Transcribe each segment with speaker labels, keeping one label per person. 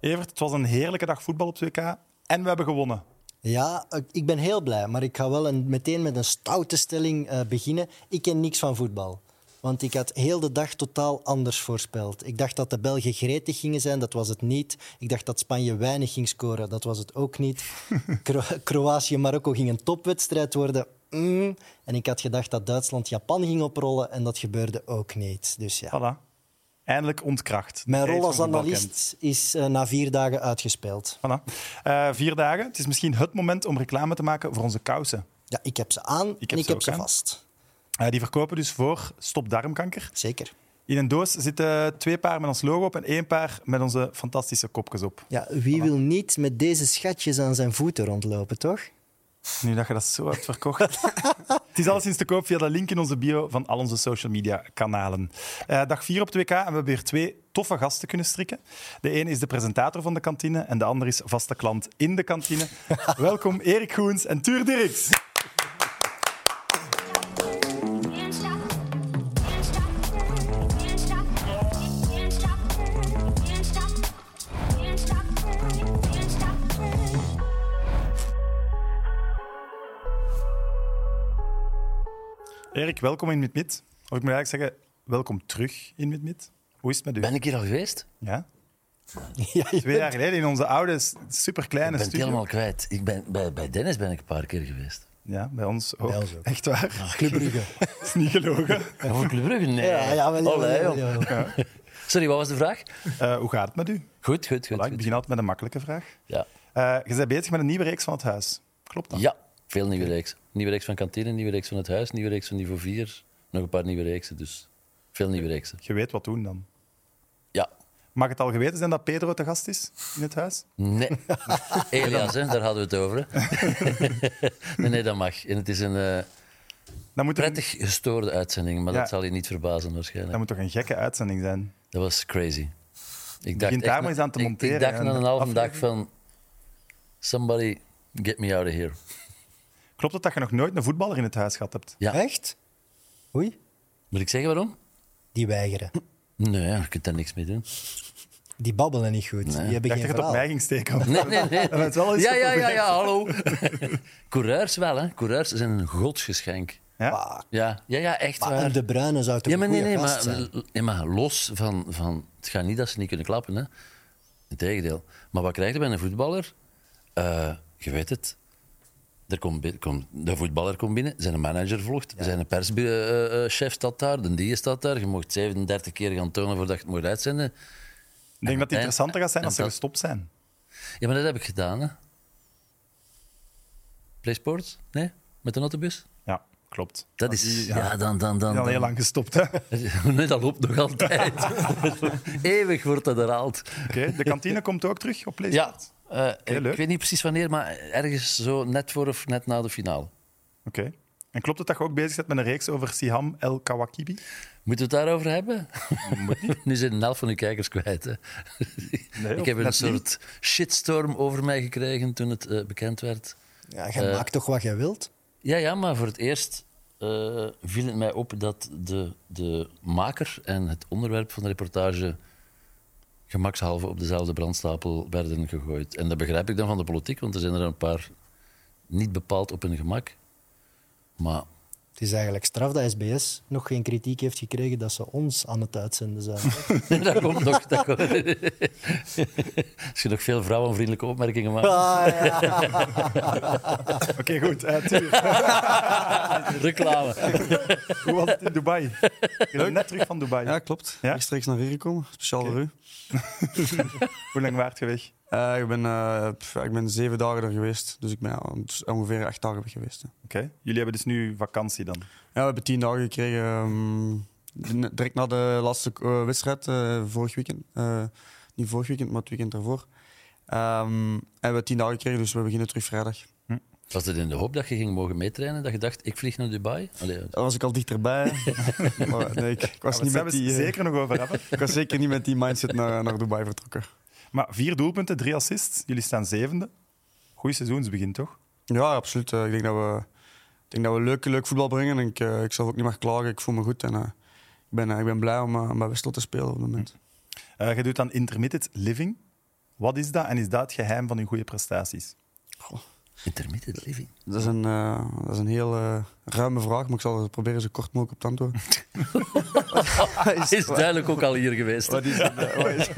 Speaker 1: Evert, het was een heerlijke dag voetbal op 2K. En we hebben gewonnen.
Speaker 2: Ja, ik- ik ben heel blij, maar ik ga wel een, meteen met een stoute stelling eh, beginnen. Ik ken niks van voetbal. Want ik had heel de dag totaal anders voorspeld. Ik dacht dat de Belgen gretig gingen zijn, dat was het niet. Ik dacht dat Spanje weinig ging scoren, dat was het ook niet. Kro- Kroatië en Marokko ging een topwedstrijd worden. Mm. En ik had gedacht dat Duitsland Japan ging oprollen en dat gebeurde ook niet. Dus ja.
Speaker 1: Voilà. Eindelijk ontkracht.
Speaker 2: Mijn
Speaker 1: Hij
Speaker 2: rol
Speaker 1: is
Speaker 2: als
Speaker 1: van voetbal
Speaker 2: analist is eh, na vier dagen uitgespeeld.
Speaker 1: kent. Voilà. Eh, vier dagen. Het is misschien het moment om reclame te maken voor onze kousen.
Speaker 2: Ja, ik heb ze aan
Speaker 1: heb
Speaker 2: en
Speaker 1: ze
Speaker 2: ik heb
Speaker 1: ook
Speaker 2: ze
Speaker 1: aan.
Speaker 2: vast.
Speaker 1: Eh, die verkopen dus voor Stop Darmkanker.
Speaker 2: Zeker.
Speaker 1: In een doos zitten twee paar met ons logo op en één paar met onze fantastische kopjes op.
Speaker 2: Ja, wie wil niet met deze schatjes aan zijn voeten rondlopen, toch?
Speaker 1: Nu dat je dat zo hebt verkocht. het is alleszins te koop via de link in onze bio van al onze social media kanalen. Eh, dag 4 op 2K en we hebben weer twee toffe gasten kunnen strikken. De een is de presentator van de kantine en de ander is vaste klant in de kantine. Welkom Erik Goens en Tuur Dirks. Erik, welkom in Mid-Mid. Of ik moet eigenlijk zeggen, welkom terug in Mid-Mid. Hoe is het met u?
Speaker 3: Ben ik hier al geweest?
Speaker 1: Ja?
Speaker 2: Ja, je
Speaker 1: Twee jaar geleden in onze oude, s- superkleine
Speaker 3: Ik ben het
Speaker 1: studio.
Speaker 3: helemaal kwijt. Ik ben, bij, bij Dennis ben ik een paar keer geweest.
Speaker 1: Ja, bij ons ook.
Speaker 2: ons ook.
Speaker 1: Echt waar.
Speaker 3: Ah,
Speaker 2: Club Brugge.
Speaker 1: Dat is niet gelogen.
Speaker 3: Ja, voor Club Brugge? Nee.
Speaker 2: Ja, ja, wel,
Speaker 3: Allee,
Speaker 2: jawel,
Speaker 3: joh.
Speaker 2: jawel, jawel.
Speaker 3: Sorry, wat was de vraag?
Speaker 1: Eh, hoe gaat het met u?
Speaker 3: Goed, goed, goed.
Speaker 1: Voilà, ik
Speaker 3: goed.
Speaker 1: begin altijd met een makkelijke vraag.
Speaker 3: Ja.
Speaker 1: Eh, je bent bezig met een nieuwe reeks van het huis. Klopt dat?
Speaker 3: ja, veel nieuwe reeks. Nieuwe reeks van kantine, nieuwe reeks van het huis, nieuwe reeks van niveau 4. Nog een paar nieuwe reeksen, dus veel nieuwe reeksen.
Speaker 1: Je weet wat doen dan.
Speaker 3: Ja.
Speaker 1: Mag het al geweten zijn dat Pedro te gast is in het huis?
Speaker 3: Nee. Elias, hè, daar hadden we het over. hè. nee, nee, dat mag. En het is een eh,
Speaker 1: Dat moet, een,
Speaker 3: prettig gestoorde uitzending, maar
Speaker 1: Ja.
Speaker 3: dat zal je niet verbazen waarschijnlijk.
Speaker 1: dat moet toch een gekke uitzending zijn?
Speaker 3: Dat was crazy. Ik
Speaker 1: Begint daar
Speaker 3: echt
Speaker 1: maar eens
Speaker 3: na-
Speaker 1: aan te
Speaker 3: ik-
Speaker 1: monteren,
Speaker 3: Ik, dacht
Speaker 1: hè,
Speaker 3: na een
Speaker 1: een
Speaker 3: halve dag
Speaker 1: aflevering.
Speaker 3: van... Somebody get me out of here.
Speaker 1: Klopt het dat je nog nooit een voetballer in het huis gehad hebt?
Speaker 3: Ja.
Speaker 2: Echt? Oei,
Speaker 3: Moet ik zeggen waarom?
Speaker 2: die weigeren.
Speaker 3: Nee, je kunt daar niks mee doen.
Speaker 2: Die babbelen niet goed. Die
Speaker 1: Ik
Speaker 2: hebben
Speaker 1: dacht
Speaker 2: geen
Speaker 1: dat je het op
Speaker 2: verhaal.
Speaker 1: mij ging steken.
Speaker 3: Nee, nee, nee.
Speaker 1: is wel iets
Speaker 3: ja, ja, ja,
Speaker 1: geprobeerd.
Speaker 3: ja, hallo. Coureurs wel, hè. Coureurs zijn een godsgeschenk.
Speaker 1: Ja?
Speaker 2: Ah,
Speaker 3: Ja, ja, ja echt
Speaker 2: maar
Speaker 3: waar.
Speaker 2: de Bruyne zou toch
Speaker 3: Ja, maar
Speaker 2: een
Speaker 3: nee,
Speaker 2: goeie
Speaker 3: nee,
Speaker 2: gast
Speaker 3: maar,
Speaker 2: zijn?
Speaker 3: ja, maar los van, van... Het gaat niet dat ze niet kunnen klappen, hè. Integendeel. Maar wat krijg je bij een voetballer? Eh, je weet het. Er komt, bi- komt- de voetballer komt binnen, zijn manager volgt, zijn perschef staat daar, de die staat daar. Je mocht 37 keer gaan tonen voordat je het mocht uitzenden.
Speaker 1: Ik denk dat het interessanter gaat zijn als ze
Speaker 3: En dat-
Speaker 1: gestopt zijn.
Speaker 3: Ja, maar dat heb ik gedaan, hè. PlaySports? Nee? Met de autobus?
Speaker 1: Ja, klopt.
Speaker 3: Dat is... Ja, dan, dan, dan.
Speaker 1: Die zijn al heel
Speaker 3: dan.
Speaker 1: lang gestopt. Hè?
Speaker 3: Nee, dat loopt nog altijd. Eeuwig wordt dat herhaald.
Speaker 1: Oké, De kantine komt ook terug op PlayStation.
Speaker 3: Ja, eh, ik
Speaker 1: leuk.
Speaker 3: weet niet precies wanneer, maar ergens zo net voor of net na de finale.
Speaker 1: Oké. En klopt het dat je ook bezig bent met een reeks over Siham El Kawakibi?
Speaker 3: Moeten we het daarover hebben? nu zijn een helft van de kijkers kwijt. Hè.
Speaker 1: of
Speaker 3: ik heb een
Speaker 1: net
Speaker 3: soort shitstorm over mij gekregen toen het eh, bekend werd.
Speaker 2: Ja, je
Speaker 3: eh,
Speaker 2: maakt toch wat je wilt?
Speaker 3: Ja, ja, maar voor het eerst eh, viel het mij op dat de, de maker en het onderwerp van de reportage gemakshalve op dezelfde brandstapel werden gegooid. En dat begrijp ik dan van de politiek, want er zijn er een paar niet bepaald op hun gemak. Maar
Speaker 2: Het is eigenlijk straf dat SBS nog geen kritiek heeft gekregen dat ze ons aan het uitzenden zijn.
Speaker 3: dat komt nog. Dat komt. Als je nog veel vrouwenvriendelijke opmerkingen maakt.
Speaker 2: Ah, ja.
Speaker 1: Oké, goed. Eh, Tuur,
Speaker 3: Reclame.
Speaker 1: hoe was het in Dubai? Je bent net terug van Dubai.
Speaker 4: Ja, klopt.
Speaker 1: Ja?
Speaker 4: Rechtstreeks naar hier gekomen. Speciaal voor u.
Speaker 1: Hoe lang waart je weg?
Speaker 4: Eh, ik, ben, eh, pff, ja, ik ben zeven dagen er geweest. Dus ik ben ja, on- ongeveer acht dagen weg geweest. hè.
Speaker 1: Oké. Jullie hebben dus nu vakantie dan.
Speaker 4: Ja, we hebben tien dagen gekregen. ehm, n- direct na de laatste eh, wedstrijd, eh, vorig weekend. Eh, niet vorig weekend, maar het weekend daarvoor. Ehm, en we hebben tien dagen gekregen, dus we beginnen terug vrijdag.
Speaker 3: Was het in de hoop dat je ging mogen meetrainen? Dat je dacht, ik vlieg naar Dubai? Allee,
Speaker 4: Daar was ik al dichterbij. maar nee, ik, ik was
Speaker 1: Daar
Speaker 4: niet
Speaker 1: zijn
Speaker 4: met
Speaker 1: we
Speaker 4: die,
Speaker 1: het
Speaker 4: eh,
Speaker 1: zeker nog over hebben.
Speaker 4: ik was zeker niet met die mindset naar, naar Dubai vertrokken.
Speaker 1: Maar vier doelpunten, drie assists. Jullie staan zevende. Goeie seizoensbegin, toch?
Speaker 4: Ja, absoluut. Eh, ik denk dat we, ik denk dat we leuk, leuk voetbal brengen. En ik, eh, ik zal ook niet meer klagen. Ik voel me goed. En, eh, ik, ben, eh, ik ben blij om eh, om bij Westel te spelen op het moment.
Speaker 1: Eh je doet dan intermittent living. Wat is dat en is dat het geheim van uw goede prestaties?
Speaker 3: Intermittent living.
Speaker 4: Dat is een, eh, dat is een heel eh, ruime vraag, maar ik zal er proberen zo kort mogelijk op te antwoorden.
Speaker 3: Ah, Is, duidelijk ook al hier geweest.
Speaker 4: Wat is, eh, wat is,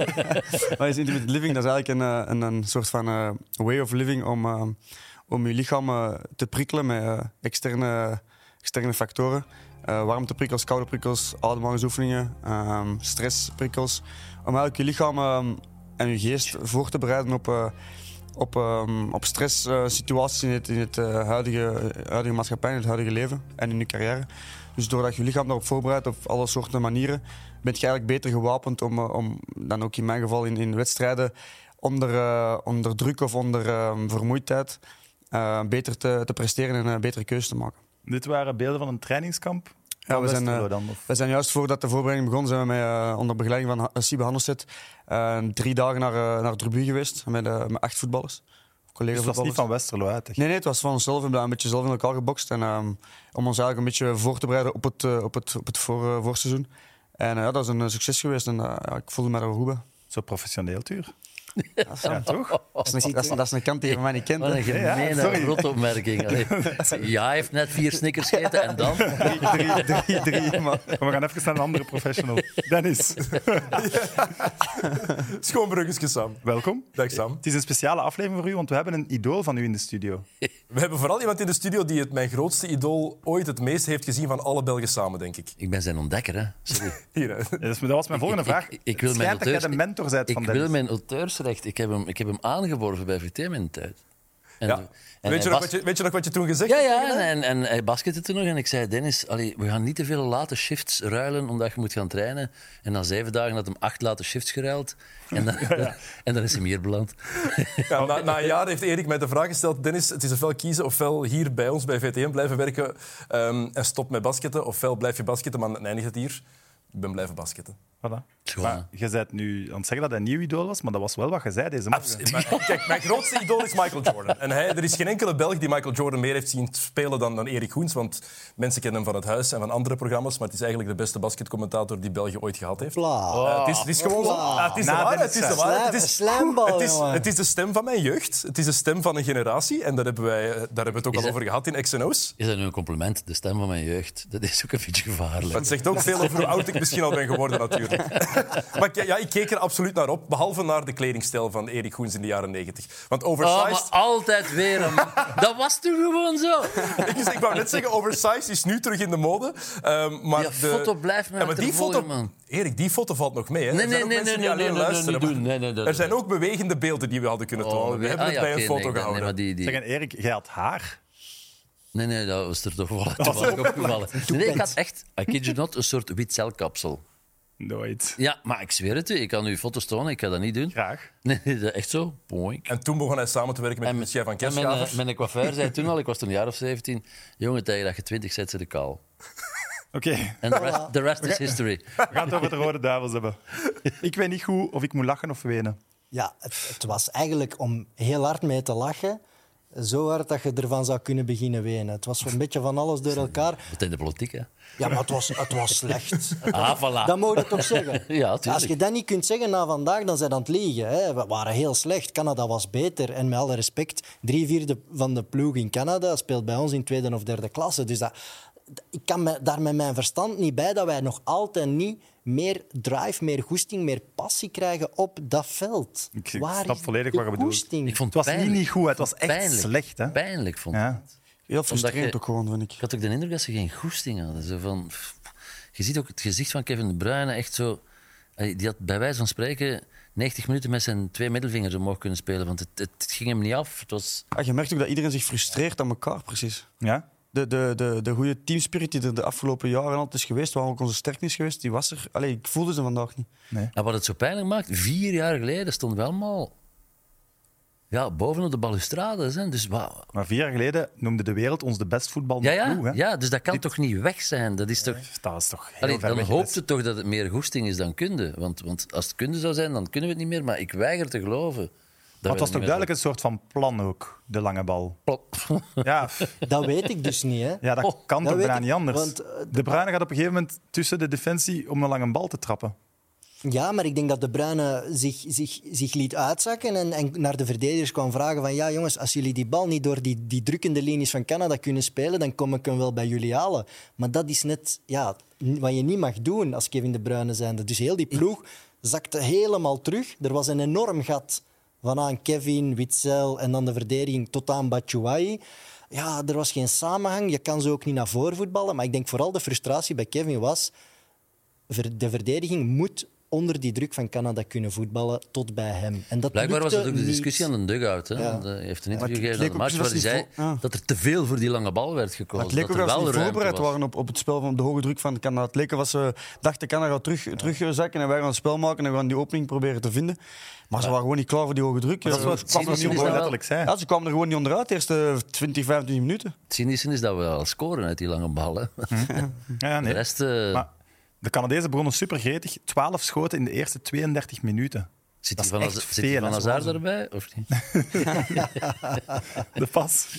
Speaker 4: wat is intermittent living? Dat is eigenlijk een, eh, een, een soort van eh, way of living om, eh, om je lichaam eh, te prikkelen met eh, externe, externe factoren. Eh warmteprikkels, koude prikkels, ademhalingsoefeningen, ehm, stressprikkels. Om eigenlijk je lichaam ehm, en je geest voor te bereiden op, eh, op, ehm, op stresssituaties in het, in het eh, huidige, huidige maatschappij, in het huidige leven en in je carrière. Dus doordat je lichaam daarop voorbereidt op alle soorten manieren, ben je eigenlijk beter gewapend om, eh, om dan ook in mijn geval in, in wedstrijden onder, eh, onder druk of onder eh, vermoeidheid eh, beter te, te presteren en eh, betere keuzes te maken.
Speaker 1: Dit waren beelden van een trainingskamp.
Speaker 4: Ja,
Speaker 1: Van
Speaker 4: we zijn,
Speaker 1: Westerlo
Speaker 4: eh,
Speaker 1: dan, of?
Speaker 4: We zijn juist voordat de voorbereiding begon, zijn we met, eh, onder begeleiding van Ha- Sibe Handelset eh, drie dagen naar, eh naar Derby geweest met, eh, met acht voetballers.
Speaker 1: Dus
Speaker 4: Collega
Speaker 1: het was niet
Speaker 4: voetballers.
Speaker 1: van Westerlo uit. echt.
Speaker 4: Nee, nee, het was van onszelf. We hebben dat een beetje zelf in elkaar gebokst. En, ehm, om ons eigenlijk een beetje voor te bereiden op het, eh, op het, op het voor, eh, voorseizoen. En eh, ja, dat is een eh, succes geweest. En eh, ja, ik voelde me daar wel goed
Speaker 3: Oh,
Speaker 4: bij.
Speaker 1: Zo professioneel, Tuur. Ja, toch?
Speaker 4: Dat is, een, dat, is een, dat is een kant die je van mij niet kent.
Speaker 3: Wat
Speaker 4: hè.
Speaker 3: een gemene
Speaker 1: sorry.
Speaker 3: rotopmerking. Allee. Ja, hij heeft net vier snickers gegeten en dan?
Speaker 4: Drie, drie, drie. Maar
Speaker 1: Maar we gaan even naar een andere professional. Dennis,
Speaker 5: Schoon bruggetje, Sam.
Speaker 1: welkom.
Speaker 5: Dag Sam.
Speaker 1: Het is een speciale aflevering voor u, want we hebben een idool van u in de studio.
Speaker 5: We hebben vooral iemand in de studio die het mijn grootste idool ooit het meest heeft gezien van alle Belgen samen, denk ik.
Speaker 3: Ik ben zijn ontdekker, hè. Sorry.
Speaker 5: Hier, hè.
Speaker 1: Ja, dat is- dat was mijn volgende vraag.
Speaker 3: Ik, ik wil
Speaker 1: Het
Speaker 3: mijn
Speaker 1: schijnt dat jij
Speaker 3: auteurs...
Speaker 1: de mentor bent
Speaker 3: ik,
Speaker 1: van
Speaker 3: ik
Speaker 1: Dennis.
Speaker 3: wil mijn auteursrecht. Ik heb hem, ik heb hem aangeworven bij VTM in de tijd. En,
Speaker 5: Ja.
Speaker 3: en
Speaker 5: Weet, je
Speaker 3: hij bas-
Speaker 5: nog wat je, weet je nog wat je toen gezegd
Speaker 3: Ja,
Speaker 5: hebt?
Speaker 3: ja, en, en, en hij baskette toen nog. En ik zei, Dennis, allee, we gaan niet te veel late shifts ruilen, omdat je moet gaan trainen. En na zeven dagen had hem acht late shifts geruild. En dan, en dan is hij hier beland.
Speaker 5: Ja, na, na een jaar heeft Erik mij de vraag gesteld: Dennis, het is ofwel kiezen ofwel hier bij ons bij VTM blijven werken ehm, en stop met basketten, ofwel blijf je basketten, maar dan eindigt het hier. Ik ben blijven basketten.
Speaker 1: Voilà.
Speaker 3: Schoon,
Speaker 1: Maar je bent nu aan het zeggen dat hij een nieuw idool was, maar dat was wel wat je zei deze morgen.
Speaker 5: Absoluut. Maar Kijk, mijn grootste idool is Michael Jordan. En hij, er is geen enkele Belg die Michael Jordan meer heeft zien spelen dan, dan Erik Goens. Want mensen kennen hem van het huis en van andere programma's. Maar het is eigenlijk de beste basketcommentator die België ooit gehad heeft.
Speaker 2: Bla.
Speaker 5: Eh, het, is, het is gewoon zo. Ah, het is de
Speaker 1: Na
Speaker 5: waarheid.
Speaker 1: Dennis
Speaker 5: Het is de
Speaker 1: Sijs.
Speaker 2: Slijm-
Speaker 5: waarheid. Het is,
Speaker 2: slijmbal,
Speaker 5: het, is,
Speaker 2: jongen.
Speaker 5: het is de stem van mijn jeugd. Het is de stem van een generatie. En daar hebben, wij, eh, daar hebben we het ook al
Speaker 3: dat-
Speaker 5: over gehad in XNO's.
Speaker 3: Is dat nu een compliment? De stem van mijn jeugd. Dat is ook een beetje gevaarlijk.
Speaker 5: Dat zegt ook veel over hoe oud ik misschien al ben geworden, natuurlijk. maar ik- ja, ik keek er absoluut naar op. Behalve naar de kledingstijl van Erik Goens in de jaren 90. Want
Speaker 3: Oh, maar
Speaker 5: oversized... Oh,
Speaker 3: altijd weer. Een... Dat was toen gewoon zo. Oh,
Speaker 5: ik, wou- Dus ik wou net zeggen, oversized is nu terug in de mode. Ehm, maar
Speaker 3: Die
Speaker 5: de...
Speaker 3: foto blijft me
Speaker 5: Ja, maar die
Speaker 3: achtervolgen,
Speaker 5: foto...
Speaker 3: man.
Speaker 5: Erik, die foto valt nog mee. Hè?
Speaker 3: Nee,
Speaker 5: Er zijn
Speaker 3: nee,
Speaker 5: ook
Speaker 3: nee,
Speaker 5: mensen
Speaker 3: nee,
Speaker 5: die
Speaker 3: nee,
Speaker 5: alleen
Speaker 3: nee, nee,
Speaker 5: luisteren,
Speaker 3: niet
Speaker 5: maar
Speaker 3: doen. Nee, nee, dat-
Speaker 5: er zijn ook bewegende beelden die we hadden kunnen tonen. we hebben
Speaker 3: ah, ja,
Speaker 5: het bij
Speaker 3: oké,
Speaker 5: een foto
Speaker 3: nee,
Speaker 5: gehouden.
Speaker 3: Nee, maar die, die...
Speaker 1: Zeg, en Erik, jij had haar.
Speaker 3: Nee, nee, dat was er toch wel toevallig opgevallen. Nee, nee, ik had echt, I kid you not, een soort wit celkapsel.
Speaker 1: Nooit.
Speaker 3: Ja, maar ik zweer het u, ik kan u foto's tonen, ik ga dat niet doen.
Speaker 1: Graag.
Speaker 3: Nee, nee, dat- echt zo. Boink.
Speaker 5: En toen begon hij samen te werken met Lucia van
Speaker 3: en mijn, eh,
Speaker 5: Kerschaver.
Speaker 3: mijn, coiffeur zei toen al, ik was toen een jaar of 17, jongen, tegen dat je 20 zet, zit ik al.
Speaker 1: Oké,
Speaker 3: En de rest, de rest is history.
Speaker 1: we gaan het over de Rode Duivels hebben. Ik weet niet goed of ik moet lachen of wenen.
Speaker 2: Ja, het, het was eigenlijk om heel hard mee te lachen. Zo hard dat je ervan zou kunnen beginnen wenen. Het was zo'n beetje van alles door elkaar.
Speaker 3: Wat in de politiek, hè?
Speaker 2: Ja, maar het was, het was slecht.
Speaker 3: Ah, voilà.
Speaker 2: Dat moet je toch zeggen?
Speaker 3: Ja, tuurlijk.
Speaker 2: Als je dat niet kunt zeggen na vandaag, dan zijn we aan het liegen. Hè. We waren heel slecht. Canada was beter. En met alle respect, drie vierde van de ploeg in Canada speelt bij ons in tweede of derde klasse. Dus dat, ik kan me, daar met mijn verstand niet bij dat wij nog altijd niet meer drive, meer goesting, meer passie krijgen op dat veld.
Speaker 1: Ik- ik
Speaker 2: Waar
Speaker 1: snap
Speaker 2: is
Speaker 1: volledig
Speaker 2: die
Speaker 1: wat je bedoelt.
Speaker 2: goesting?
Speaker 3: Ik vond
Speaker 1: Het was
Speaker 3: pijnlijk.
Speaker 1: niet niet goed, het was
Speaker 3: Ik vond
Speaker 1: echt slecht, hè?
Speaker 3: Pijnlijk vond ik.
Speaker 1: Ja.
Speaker 4: Heel frustrerend
Speaker 3: je-
Speaker 4: ook gewoon, vind ik.
Speaker 3: Ik had ook de indruk dat ze geen goesting hadden. Zo van, pff, je ziet ook het gezicht van Kevin De Bruyne echt zo... Allee, Die had bij wijze van spreken 90 minuten met zijn twee middelvingers omhoog kunnen spelen, want het, het ging hem niet af. Het was...
Speaker 4: Ja, je merkt ook dat iedereen zich frustreert aan elkaar, precies.
Speaker 1: Ja?
Speaker 4: De, de, de, de goede teamspirit die er de afgelopen jaren altijd is geweest, waar ook onze sterkte is geweest, die was er. Allee, ik voelde ze vandaag niet.
Speaker 3: En wat het zo pijnlijk maakt, vier jaar geleden stonden we allemaal ja, bovenop de balustrades. Hè? Dus wauw.
Speaker 1: Maar vier jaar geleden noemde de wereld ons de best voetbal
Speaker 3: Ja, ja,
Speaker 1: ploeg, hè?
Speaker 3: ja, dus dat kan toch niet weg zijn? Dat is toch...
Speaker 1: Dat is toch heel
Speaker 3: Allee,
Speaker 1: ver
Speaker 3: dan
Speaker 1: weg.
Speaker 3: hoopt het toch dat het meer goesting is dan kunde. Want, want als het kunde zou zijn, dan kunnen we het niet meer. Maar ik weiger te geloven. Dat
Speaker 1: Maar het was toch duidelijk een soort van plan ook, de lange bal.
Speaker 3: Plop.
Speaker 1: Ja,
Speaker 2: Dat weet ik dus niet. Hè.
Speaker 1: ja dat
Speaker 3: Oh,
Speaker 1: kan
Speaker 2: dat
Speaker 1: toch
Speaker 2: weet
Speaker 1: bijna
Speaker 2: ik,
Speaker 1: niet anders.
Speaker 2: want, eh,
Speaker 1: de Bruyne gaat op een gegeven moment tussen de defensie om een lange bal te trappen.
Speaker 2: Ja, maar ik denk dat De Bruyne zich, zich, zich liet uitzakken en, en naar de verdedigers kwam vragen van ja jongens, als jullie die bal niet door die, die drukkende linies van Canada kunnen spelen, dan kom ik hem wel bij jullie halen. Maar dat is net ja, n- wat je niet mag doen als Kevin De Bruyne zijnde. Dus heel die ploeg zakte helemaal terug. Er was een enorm gat van aan Kevin, Witzel en dan de verdediging tot aan Batshuayi. Ja, er was geen samenhang. Je kan ze ook niet naar voren voetballen. Maar ik denk vooral de frustratie bij Kevin was ver- de verdediging moet onder die druk van Canada kunnen voetballen tot bij hem. En dat
Speaker 3: Blijkbaar was dat
Speaker 2: lukte
Speaker 3: ook de
Speaker 2: niet.
Speaker 3: discussie aan de dugout. Hè? Want, eh, Hij heeft een interview
Speaker 4: Maar het
Speaker 3: gegeven aan de
Speaker 4: leek
Speaker 3: match
Speaker 4: ook
Speaker 3: waar hij
Speaker 4: precies
Speaker 3: zei
Speaker 4: als die vo- ja.
Speaker 3: dat er te veel voor die lange bal werd
Speaker 4: Maar
Speaker 3: gekozen.
Speaker 4: het leek ook
Speaker 3: dat er
Speaker 4: als ze niet
Speaker 3: ruimte
Speaker 4: voorbereid
Speaker 3: was.
Speaker 4: waren op, op het spel van de hoge druk van Canada. Het leek als ze dachten Canada gaat terug, terugzakken en wij gaan het spel maken en we gaan die opening proberen te vinden. Maar ze waren gewoon niet klaar voor die hoge druk.
Speaker 1: Dat is
Speaker 4: Eh,
Speaker 1: wat
Speaker 4: ze kwamen
Speaker 1: Simon
Speaker 4: er
Speaker 3: Cynisme is
Speaker 4: gewoon
Speaker 1: gewoon
Speaker 3: wel-
Speaker 1: letterlijk zei.
Speaker 4: Ja, ze kwamen er gewoon niet onderuit, de eerste 20, 25 minuten.
Speaker 3: Het cynische is dat we al scoren uit die lange bal. Hè?
Speaker 4: Hm?
Speaker 1: Ja,
Speaker 3: De
Speaker 1: nee.
Speaker 3: rest... eh,
Speaker 1: Maar de Canadezen begonnen supergretig. 12 schoten in de eerste 32 minuten.
Speaker 3: Zit
Speaker 1: Dat
Speaker 3: die
Speaker 1: is
Speaker 3: van,
Speaker 1: echt
Speaker 3: Hazard- zit
Speaker 1: veel,
Speaker 3: die
Speaker 1: hè,
Speaker 3: van
Speaker 1: ze
Speaker 3: Hazard
Speaker 1: waren-
Speaker 3: erbij? Of niet?
Speaker 1: De pas.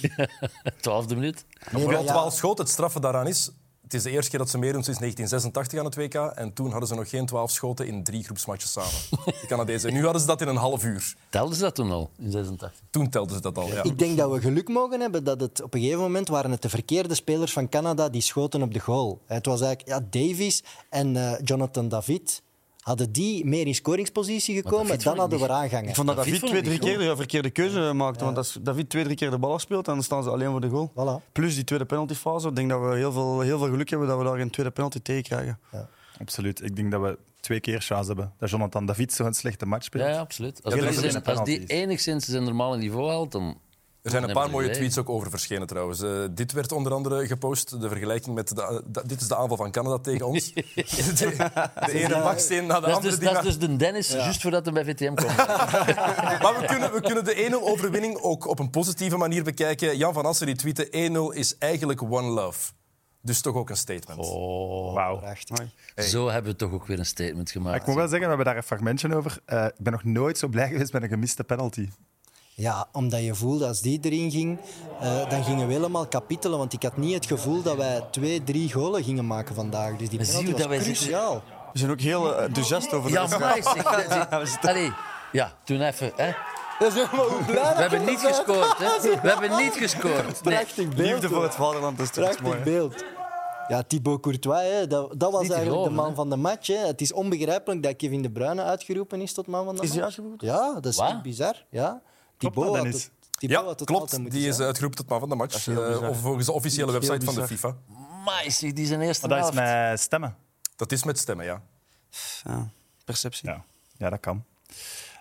Speaker 3: Twaalfde minuut.
Speaker 2: Nee, maar
Speaker 5: Vooral
Speaker 2: ja,
Speaker 5: 12 schoten. Het straffe daaraan is... Het is de eerste keer dat ze meedoen sinds 1986 aan het WK. En toen hadden ze nog geen 12 schoten in drie groepsmatches samen. De Canadezen. En nu hadden ze dat in een half uur.
Speaker 3: Telden ze dat toen al, in 86?
Speaker 5: Toen telden ze dat al. Ja.
Speaker 2: Ik denk dat we geluk mogen hebben dat het op een gegeven moment waren het de verkeerde spelers van Canada die schoten op de goal. Het was eigenlijk ja, Davies en eh, Jonathan David. Hadden die meer in scoringspositie gekomen,
Speaker 3: David
Speaker 2: dan
Speaker 3: vond ik
Speaker 2: hadden we aangangen.
Speaker 4: Ik vond dat
Speaker 3: David
Speaker 4: David
Speaker 3: vond
Speaker 4: twee,
Speaker 3: ik
Speaker 4: drie
Speaker 3: niet
Speaker 4: keer de verkeerde keuze maakte. Want als David twee, drie keer de bal afspeelt, dan staan ze alleen voor de goal.
Speaker 2: Voilà.
Speaker 4: Plus die tweede penaltyfase. Ik denk dat we heel veel, heel veel geluk hebben dat we daar een tweede penalty tegen krijgen.
Speaker 1: Absoluut. Ik denk dat we twee keer chance hebben dat Jonathan David zo'n slechte match speelt.
Speaker 3: Ja, ja, absoluut. Als,
Speaker 1: Ja,
Speaker 3: die,
Speaker 1: dat is
Speaker 3: zijn-
Speaker 1: een
Speaker 3: als die
Speaker 1: penalty.
Speaker 3: enigszins zijn normale niveau haalt, dan...
Speaker 5: Er zijn een
Speaker 3: hebben
Speaker 5: paar
Speaker 3: we
Speaker 5: mooie
Speaker 3: idee.
Speaker 5: tweets ook over verschenen trouwens. Eh, dit werd onder andere gepost, de vergelijking met... De, eh, da- dit is de aanval van Canada tegen ons. de, de ene baksteen na de
Speaker 3: Dat is,
Speaker 5: andere.
Speaker 3: dus,
Speaker 5: die
Speaker 3: dat is
Speaker 5: naar-
Speaker 3: dus de Dennis, juist voordat hij bij VTM kwam.
Speaker 5: Maar we kunnen, we kunnen de 1-0 overwinning ook op een positieve manier bekijken. Jan van Assen die tweette 1-0 is eigenlijk one love. Dus toch ook een statement.
Speaker 1: Wauw.
Speaker 2: Prachtig.
Speaker 3: Zo hebben we toch ook weer een statement
Speaker 1: Maar
Speaker 3: gemaakt.
Speaker 1: Ik moet wel zeggen, we hebben daar een fragmentje over. Eh, ik ben nog nooit zo blij geweest met een gemiste penalty.
Speaker 2: Ja, omdat je voelde als die erin ging, eh, dan gingen we helemaal kapitelen. Want ik had niet het gevoel dat wij twee, drie golen gingen maken vandaag. Dus die
Speaker 3: Maar zie
Speaker 2: penalty
Speaker 3: je
Speaker 2: was
Speaker 3: dat wij zitten-
Speaker 2: cruciaal.
Speaker 4: We zijn ook heel eh, enthousiast over de
Speaker 3: Ja,
Speaker 4: wedstrijd.
Speaker 3: maar zeg, Allee, ja, toen even. Hè.
Speaker 2: Dat is helemaal hoe blij dat
Speaker 3: We hebben
Speaker 2: je
Speaker 3: niet
Speaker 2: bent.
Speaker 3: gescoord, hè. We hebben niet gescoord. Nee.
Speaker 2: Prachtig beeld.
Speaker 4: Liefde voor
Speaker 2: hoor.
Speaker 4: het vaderland dus dat is toch iets
Speaker 2: Prachtig
Speaker 4: mooi. hè?
Speaker 2: beeld. Ja, Thibaut Courtois, hè, dat, dat was
Speaker 3: Niet te
Speaker 2: eigenlijk
Speaker 3: geloven,
Speaker 2: de man
Speaker 3: hè.
Speaker 2: van de match. Hè. Het is onbegrijpelijk dat Kevin De Bruyne uitgeroepen is tot man van de
Speaker 4: Is
Speaker 2: match.
Speaker 4: die uitgeroepen?
Speaker 2: Ja, dat is
Speaker 3: Wat?
Speaker 2: echt bizar. Ja. Thibaut
Speaker 1: dat,
Speaker 2: had
Speaker 1: Dennis?
Speaker 2: het, Thibaut
Speaker 5: Ja,
Speaker 2: had het altijd
Speaker 5: klopt.
Speaker 2: moeten
Speaker 5: Die is eh,
Speaker 2: zijn.
Speaker 5: uitgeroepen tot man van de match.
Speaker 4: heel
Speaker 5: eh,
Speaker 4: bizar.
Speaker 5: of volgens de officiële
Speaker 4: Dat is heel
Speaker 5: website van de FIFA.
Speaker 3: Amai, zeg, die zijn eerste
Speaker 1: Maar dat is
Speaker 3: helft.
Speaker 1: met eh, stemmen.
Speaker 5: Dat is met stemmen, ja.
Speaker 4: Ja, perceptie.
Speaker 1: Ja, ja dat kan.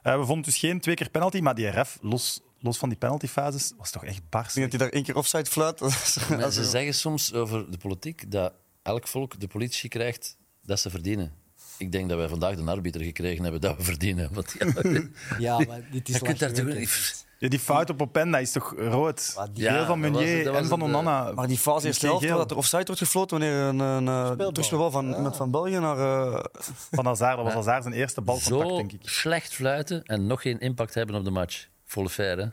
Speaker 1: Eh, we vonden dus geen twee keer penalty, maar die ref, los, los van die penaltyfases, was toch echt bars.
Speaker 4: Ik denk dat hij daar één keer offside fluit.
Speaker 3: Maar ze zeggen soms over de politiek dat elk volk de politie krijgt dat ze verdienen. Ik denk dat wij vandaag de arbiter gekregen hebben dat we verdienen. Want ja, eh,
Speaker 2: Ja, maar dit is
Speaker 3: je kunt daar toch
Speaker 2: lachwekkend.
Speaker 3: niet...
Speaker 1: Ja, die fout op Openda is toch rood?
Speaker 2: Wat die-
Speaker 1: Heel
Speaker 3: Ja,
Speaker 1: van
Speaker 3: dat was
Speaker 1: Meunier
Speaker 3: het- dat
Speaker 1: en
Speaker 3: was
Speaker 1: van
Speaker 3: het, eh,
Speaker 1: Onana.
Speaker 4: Maar die fase eerst
Speaker 1: Geen
Speaker 4: helft,
Speaker 1: geel.
Speaker 4: dat er offside wordt gefloten wanneer een, een eh, terugspelbal van, iemand van België naar... eh,
Speaker 1: Van Hazard, dat was Hazard zijn eerste balcontact,
Speaker 3: Zo
Speaker 1: denk ik.
Speaker 3: slecht fluiten en nog geen impact hebben op de match. Volle fair, hè?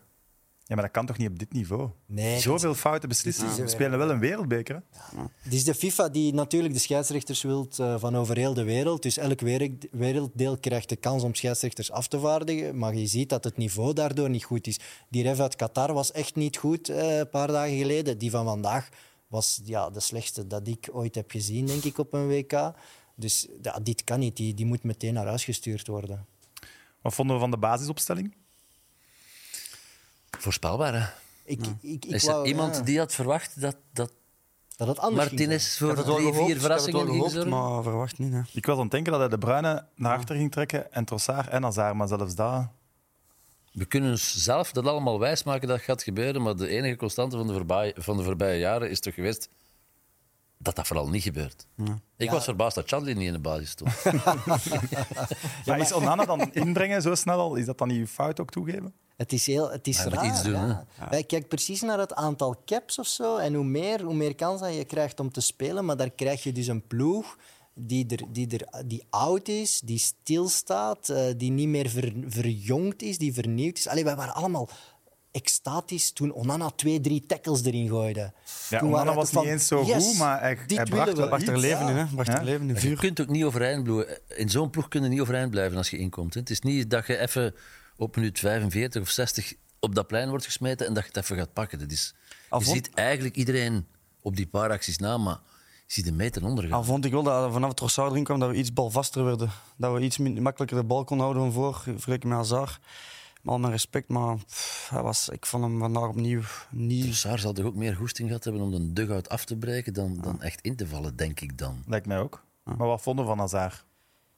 Speaker 1: Ja, maar dat kan toch niet op dit niveau?
Speaker 2: Nee, dat
Speaker 1: Zoveel fouten beslissingen. We spelen wel een wereldbeker. hè?
Speaker 2: Het is de FIFA die natuurlijk de scheidsrechters wilt eh, van over heel de wereld. Dus elk wereld- werelddeel krijgt de kans om scheidsrechters af te vaardigen. Maar je ziet dat het niveau daardoor niet goed is. Die ref uit Qatar was echt niet goed eh, een paar dagen geleden. Die van vandaag was ja, de slechtste dat ik ooit heb gezien, denk ik, op een WK. Dus ja, dit kan niet. Die, die moet meteen naar huis gestuurd worden.
Speaker 1: Wat vonden we van de basisopstelling?
Speaker 3: Voorspelbaar, hè?
Speaker 2: Ik, ik, ik
Speaker 3: Is er
Speaker 2: wou,
Speaker 3: iemand
Speaker 2: ja,
Speaker 3: die had verwacht dat, dat
Speaker 2: dat het anders ging zijn.
Speaker 3: Martinez voor
Speaker 4: ik had het wel
Speaker 3: drie,
Speaker 4: gehoopt, ik had
Speaker 3: vier
Speaker 4: het
Speaker 3: verrassingen
Speaker 4: wel
Speaker 3: ging
Speaker 4: gehoopt,
Speaker 3: zorgen?
Speaker 4: maar verwacht niet. Hè.
Speaker 1: Ik was aan het denken dat hij de Bruyne naar achter ging trekken en Trossard en Hazard, maar zelfs dat...
Speaker 3: We kunnen zelf dat allemaal wijsmaken dat gaat gebeuren, maar de enige constante van de, voorbij, van de voorbije jaren is toch geweest dat dat vooral niet gebeurt. Ik was verbaasd dat Chandler niet in de basis stond.
Speaker 1: Maar is Onana dan inbrengen zo snel al? Is dat dan niet uw fout ook toegeven?
Speaker 2: Het is heel, het is
Speaker 3: Hij moet
Speaker 2: raar,
Speaker 3: iets doen,
Speaker 2: ja. Wij kijken precies naar het aantal caps of zo. En hoe meer, hoe meer kans dat je krijgt om te spelen. Maar daar krijg je dus een ploeg die, er, die, er, die oud is, die stilstaat, eh die niet meer ver- verjongd is, die vernieuwd is. Allee, wij waren allemaal extatisch toen Onana twee, drie tackles erin gooide.
Speaker 1: Ja,
Speaker 2: Toen
Speaker 1: Onana
Speaker 2: waren we
Speaker 1: was
Speaker 2: van,
Speaker 1: niet eens zo
Speaker 2: yes,
Speaker 1: goed, maar hij-
Speaker 2: dit
Speaker 1: hij
Speaker 2: willen
Speaker 1: bracht
Speaker 2: we.
Speaker 1: wel
Speaker 4: Bracht er
Speaker 1: Iets,
Speaker 4: leven in,
Speaker 2: ja.
Speaker 4: hè? Bracht
Speaker 1: Ja.
Speaker 4: er leven in.
Speaker 3: Je
Speaker 4: Vuur.
Speaker 3: kunt ook niet overeind blijven. In zo'n ploeg kun je niet overeind blijven als je inkomt. hè. Het is niet dat je even op minuut 45 of 60 op dat plein wordt gesmeten en dat je het even gaat pakken. Dat is, je
Speaker 4: Avond-
Speaker 3: ziet eigenlijk iedereen op die paar acties na, maar je ziet de meter onder gaan.
Speaker 4: Al vond ik wel dat vanaf het Rossard erin kwam dat we iets balvaster werden. Dat we iets min- makkelijker de bal konden houden van voor, vergeleken met Hazard. Met al mijn respect, maar pff, hij was, ik vond hem vandaag opnieuw niet...
Speaker 3: Saar zal toch ook meer goesting gehad hebben om de dugout af te breken dan, dan echt in te vallen, denk ik dan.
Speaker 1: Lijkt mij ook. Maar wat vonden we van Hazard?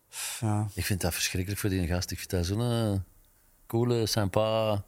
Speaker 4: pff, ja.
Speaker 3: Ik vind dat verschrikkelijk voor die gast. Ik vind dat zo'n eh, coole, sympa...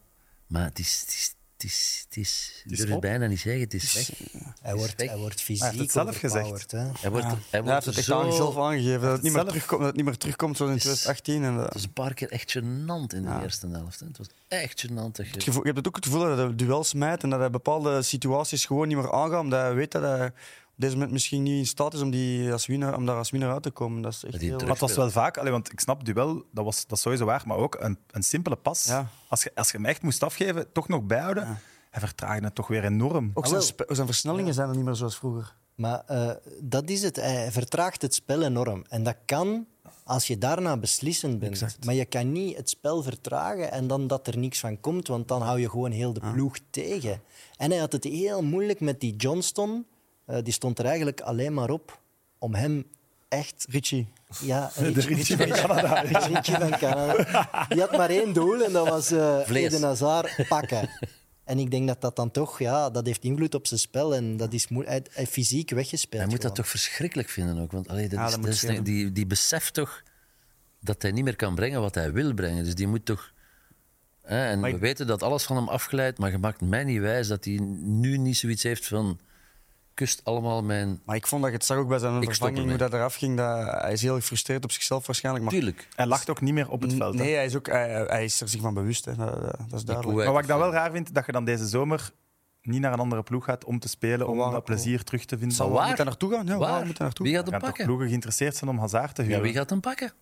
Speaker 3: Maar het is... Het is, het is, het is, ik
Speaker 1: is
Speaker 3: durf het
Speaker 1: op.
Speaker 3: bijna niet zeggen, het is weg.
Speaker 2: Hij wordt, hij wordt fysiek
Speaker 1: heeft het zelf gezegd.
Speaker 2: overpowered, hè.
Speaker 3: Hij wordt, hij
Speaker 4: Hij
Speaker 3: wordt
Speaker 4: heeft het echt
Speaker 3: zo...
Speaker 4: aan zichzelf aangegeven, dat het, niet meer
Speaker 1: zelf-
Speaker 4: terugkomt, dat het niet meer terugkomt zoals in 2018. En, dat-
Speaker 3: Het was een paar keer echt gênant in de eerste helft. hè. Het was echt gênant. dat je-
Speaker 4: Het gevoel- ik heb het ook het gevoel dat hij duels smijt en dat hij bepaalde situaties gewoon niet meer aangaat. Omdat hij weet dat hij op deze moment misschien niet in staat is om, die als winnaar, om daar als winnaar uit te komen. Dat is echt
Speaker 3: Dat hij
Speaker 4: heel...
Speaker 3: druk-
Speaker 1: Maar het was wel vaak, allee, want ik snap duel, dat, was, dat is sowieso waar, maar ook een, een simpele pas.
Speaker 4: Ja.
Speaker 1: Als, je, als je hem echt moest afgeven, toch nog bijhouden, hij vertraagde het toch weer enorm.
Speaker 3: Ah,
Speaker 4: Ook zijn, spe- zijn versnellingen zijn er niet meer zoals vroeger.
Speaker 2: Maar eh, dat is het. Hij vertraagt het spel enorm. En dat kan als je daarna beslissend bent. Maar je kan niet het spel vertragen en dan dat er niks van komt, want dan hou je gewoon heel de
Speaker 4: Ah.
Speaker 2: ploeg tegen. En hij had het heel moeilijk met die Johnston. Eh, die stond er eigenlijk alleen maar op om hem echt...
Speaker 4: Richie.
Speaker 2: Ja, Richie, Richie- Richie van Canada. Die had maar één doel en dat was eh
Speaker 3: Vlees.
Speaker 2: Eden Hazard pakken. En ik denk dat dat dan toch, ja, dat heeft invloed op zijn spel en dat is moe- hij, hij is fysiek weggespeeld.
Speaker 3: Hij moet dat
Speaker 2: gewoon.
Speaker 3: toch verschrikkelijk vinden ook. Want allee, dat
Speaker 4: Ja,
Speaker 3: is,
Speaker 4: dat
Speaker 3: dat
Speaker 4: moet
Speaker 3: is-
Speaker 4: schelen.
Speaker 3: die, die beseft toch dat hij niet meer kan brengen wat hij wil brengen. Dus die moet toch... Hè, en
Speaker 4: Maar
Speaker 3: we
Speaker 4: ik-
Speaker 3: weten dat alles van hem afgeleid, maar je maakt mij niet wijs dat hij nu niet zoiets heeft van... Kust allemaal mijn...
Speaker 4: Maar ik vond dat je het zag ook bij zijn
Speaker 3: stop
Speaker 4: vervanging,
Speaker 3: ermee.
Speaker 4: hoe dat eraf ging. Dat hij is heel gefrustreerd op zichzelf waarschijnlijk. Maar
Speaker 3: Tuurlijk.
Speaker 1: Hij lacht ook niet meer op het veld. hè.
Speaker 4: Nee, hij is, ook, hij, hij is er zich van bewust. Hè. Dat, dat- dat is duidelijk.
Speaker 3: hoe
Speaker 1: Maar
Speaker 3: hij-
Speaker 1: wat ik dan wel raar vind, dat je dan deze zomer niet naar een andere ploeg gaat om te spelen, om
Speaker 4: waar-
Speaker 1: dat plezier terug te vinden.
Speaker 3: Zal
Speaker 4: Waar
Speaker 3: waar?
Speaker 4: moet hij naartoe gaan? Ja, waar? moet hij naartoe?
Speaker 3: Wie
Speaker 1: Er
Speaker 3: gaat hem
Speaker 1: gaan toch
Speaker 3: pakken?
Speaker 1: ploegen geïnteresseerd zijn om Hazard te
Speaker 3: Ja,
Speaker 1: huren?
Speaker 3: wie gaat hem pakken?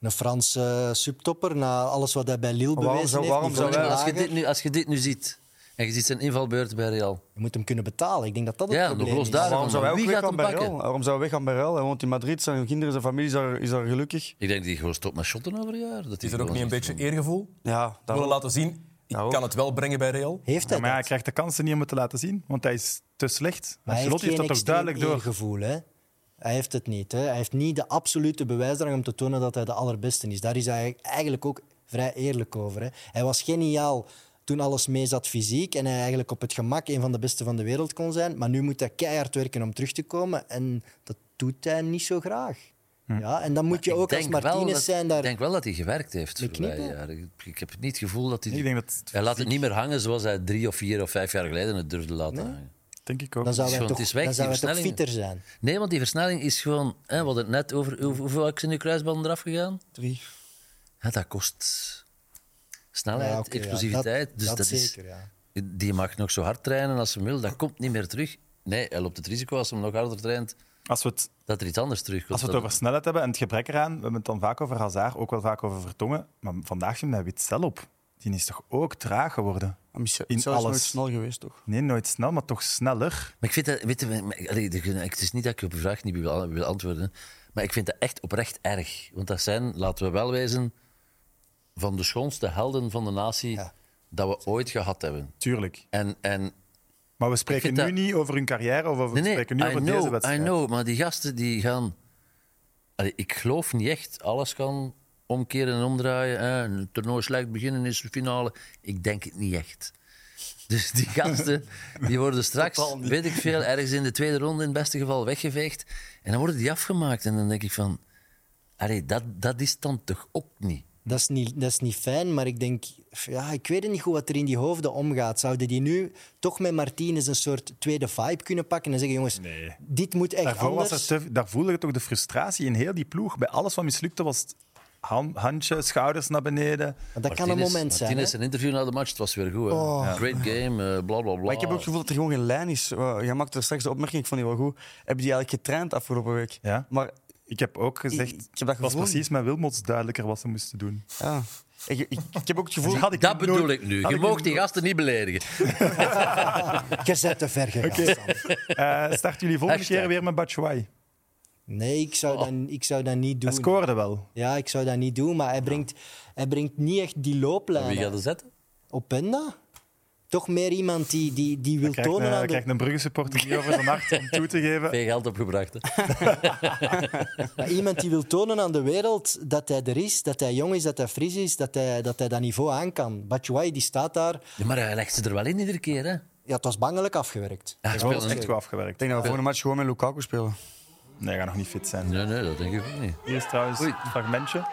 Speaker 2: Een Franse eh, subtopper, na alles wat hij bij Lille
Speaker 4: Waarom
Speaker 2: bewezen
Speaker 4: zou-
Speaker 2: heeft.
Speaker 4: waarom
Speaker 2: niveau
Speaker 4: zou wij-
Speaker 3: als, je
Speaker 2: lager.
Speaker 3: dit nu, als je dit nu ziet, en je ziet zijn invalbeurt bij Real...
Speaker 2: Je moet hem kunnen betalen. Ik denk dat dat het
Speaker 3: Ja, nog
Speaker 2: probleem
Speaker 3: los
Speaker 2: is.
Speaker 3: daar-
Speaker 4: Waarom zou hij ook
Speaker 3: Wie gaat
Speaker 4: weggaan
Speaker 3: hem
Speaker 4: bij
Speaker 3: pakken?
Speaker 4: Real? Waarom zou hij weggaan bij Real? Hij woont in Madrid, zijn kinderen, zijn familie is daar, is daar gelukkig.
Speaker 3: Ik denk dat hij gewoon stopt met shotten over een jaar. Dat
Speaker 5: Is
Speaker 3: hij
Speaker 5: er ook
Speaker 3: gewoon
Speaker 5: niet een
Speaker 3: zegt
Speaker 5: beetje
Speaker 3: van-
Speaker 5: eergevoel?
Speaker 4: Ja,
Speaker 5: We
Speaker 4: daarom.
Speaker 5: willen laten zien, ik
Speaker 4: Ja, ook.
Speaker 5: kan het wel brengen bij Real.
Speaker 2: Heeft hij
Speaker 1: Ja, maar ja, hij
Speaker 2: dat?
Speaker 1: krijgt de kansen niet om het te laten zien, want hij is te slecht.
Speaker 2: Maar hij heeft
Speaker 1: Ancelotti
Speaker 2: geen
Speaker 1: heeft dat toch
Speaker 2: extreem
Speaker 1: duidelijk door.
Speaker 2: eergevoel, hè? Hij heeft het niet. Hè? Hij heeft niet de absolute bewijsdrang om te tonen dat hij de allerbeste is. Daar is hij eigenlijk ook vrij eerlijk over. Hè? Hij was geniaal toen alles mee zat fysiek en hij eigenlijk op het gemak een van de beste van de wereld kon zijn. Maar nu moet hij keihard werken om terug te komen en dat doet hij niet zo graag.
Speaker 1: Hm.
Speaker 2: Ja, en dan moet je
Speaker 3: Ik
Speaker 2: ook als
Speaker 3: denk wel
Speaker 2: Martinez
Speaker 3: dat-
Speaker 2: zijn
Speaker 3: Ik
Speaker 2: daar...
Speaker 3: denk wel dat hij gewerkt heeft.
Speaker 2: Met
Speaker 3: voorbije
Speaker 2: kniepen?
Speaker 3: jaren. Ik, ik heb niet het gevoel dat hij...
Speaker 1: Ik denk dat-
Speaker 3: Hij laat het niet meer hangen zoals hij drie of vier of vijf jaar geleden het durfde laten hangen.
Speaker 1: Denk ik ook.
Speaker 2: Dan zou
Speaker 3: is
Speaker 2: hij
Speaker 3: gewoon-
Speaker 2: toch,
Speaker 3: het is weg,
Speaker 2: dan zou
Speaker 3: die
Speaker 2: hij toch
Speaker 3: versnellingen.
Speaker 2: fitter zijn.
Speaker 3: Nee, want die versnelling is gewoon... Hè, we hadden het net over... Hoe, hoeveel zijn nu kruisbanden eraf gegaan?
Speaker 4: Drie.
Speaker 3: Ja, dat kost snelheid,
Speaker 2: Ja, oké, ja,
Speaker 3: explosiviteit.
Speaker 2: dat-
Speaker 3: dus
Speaker 2: dat
Speaker 3: dat, is,
Speaker 2: zeker, ja.
Speaker 3: Die mag nog zo hard trainen als ze wil. Dat komt niet meer terug. Nee, hij loopt het risico als hij hem nog harder traint
Speaker 1: Als we het
Speaker 3: dat er iets anders terugkomt.
Speaker 1: Als we het
Speaker 3: Dat-
Speaker 1: over snelheid hebben en het gebrek eraan, we hebben het dan vaak over Hazard, ook wel vaak over Vertongen. Maar vandaag ging hij Witzel op. Die is toch ook traag geworden?
Speaker 4: Maar Michel
Speaker 1: In
Speaker 4: Michel is nooit
Speaker 1: alles.
Speaker 4: snel geweest, toch?
Speaker 1: Nee, nooit snel, maar toch sneller.
Speaker 3: Maar ik vind dat, weet je, maar- allee, de- het is niet dat ik op uw vraag niet wil, wil antwoorden, maar ik vind dat echt oprecht erg. Want dat zijn, laten we wel wezen, van de schoonste helden van de natie
Speaker 2: Ja.
Speaker 3: dat we ooit gehad hebben.
Speaker 1: Tuurlijk.
Speaker 3: En, en
Speaker 1: Maar we
Speaker 3: Ik
Speaker 1: spreken
Speaker 3: vind
Speaker 1: nu
Speaker 3: dat-
Speaker 1: niet over hun carrière of over,
Speaker 3: nee,
Speaker 1: we
Speaker 3: nee, I
Speaker 1: spreken nu over deze
Speaker 3: know, I
Speaker 1: wedstrijd.
Speaker 3: know, maar die gasten die gaan... Allee, ik geloof niet echt, alles kan omkeren en omdraaien. Hè. Een toernooi slecht beginnen is de finale. Ik denk het niet echt. Dus die gasten die worden straks, weet ik veel, ergens in de tweede ronde in het beste geval weggeveegd. En dan worden die afgemaakt. En dan denk ik van, allee, dat, dat is dan toch ook niet.
Speaker 2: Dat is, niet, dat is niet fijn, maar ik denk... Ja, ik weet niet goed wat er in die hoofden omgaat. Zouden die nu toch met Martinez een soort tweede vibe kunnen pakken en zeggen... Jongens, dit moet echt
Speaker 1: Daarvoor was
Speaker 2: anders.
Speaker 1: er te- daar voelde je toch de frustratie in heel die ploeg. Bij alles wat mislukte was het han- handje, schouders naar beneden.
Speaker 2: Want dat kan een
Speaker 3: Martinez-
Speaker 2: moment zijn.
Speaker 3: Martinez,
Speaker 2: hè? Oh.
Speaker 3: een interview na de match, het was weer goed. hè. Great game, eh, bla bla bla.
Speaker 4: Maar ik heb ook het gevoel dat er gewoon geen lijn is. Eh, jij maakte er straks de opmerking, ik vond die wel goed. Heb je die eigenlijk getraind afgelopen week?
Speaker 1: Ja.
Speaker 4: Maar
Speaker 1: Ik heb ook gezegd,
Speaker 4: Ik- ik heb dat
Speaker 1: het was
Speaker 4: gevoel.
Speaker 1: precies met Wilmots duidelijker wat ze moesten doen.
Speaker 4: ja, Ik, ik, ik heb ook het gevoel...
Speaker 1: Had ik
Speaker 3: Dat
Speaker 1: nooit-
Speaker 3: bedoel ik nu.
Speaker 1: had
Speaker 3: Je
Speaker 1: ik
Speaker 3: mag die gasten niet beledigen.
Speaker 2: Je bent te ver gegaan, Sam.
Speaker 1: Eh, starten jullie volgende
Speaker 3: Hashtag.
Speaker 1: keer weer met Batshuayi?
Speaker 2: Nee, ik
Speaker 1: Oh.
Speaker 2: zou, dat, ik zou dat niet doen.
Speaker 1: Hij scoorde wel.
Speaker 2: Ja, ik zou dat niet doen, maar hij brengt, hij brengt niet echt die
Speaker 3: Wie
Speaker 2: looplijnen.
Speaker 3: gaat er zetten?
Speaker 2: Openda? Toch meer iemand die, die, die wil
Speaker 1: Krijgt
Speaker 2: tonen
Speaker 1: een,
Speaker 2: aan de...
Speaker 1: krijgt een Brugge-supporter hier over zijn hart om toe te geven.
Speaker 3: Veel geld opgebracht. Hè?
Speaker 2: Maar iemand die wil tonen aan de wereld dat hij er is, dat hij jong is, dat hij fris is, dat hij dat, hij dat niveau aan kan. Batshuayi die staat daar.
Speaker 3: Ja, maar hij legt ze er wel in iedere keer. Hè?
Speaker 2: Ja, het was bangelijk afgewerkt.
Speaker 3: Ja,
Speaker 1: Dat is
Speaker 3: spelen-
Speaker 1: echt goed
Speaker 4: Ik
Speaker 1: afgewerkt.
Speaker 4: denk dat we voor een match gewoon met Lukaku spelen.
Speaker 1: Nee, hij gaat nog niet fit zijn.
Speaker 3: Nee, nee, dat denk ik ook niet.
Speaker 1: Hier is trouwens
Speaker 3: Oei.
Speaker 1: een fragmentje.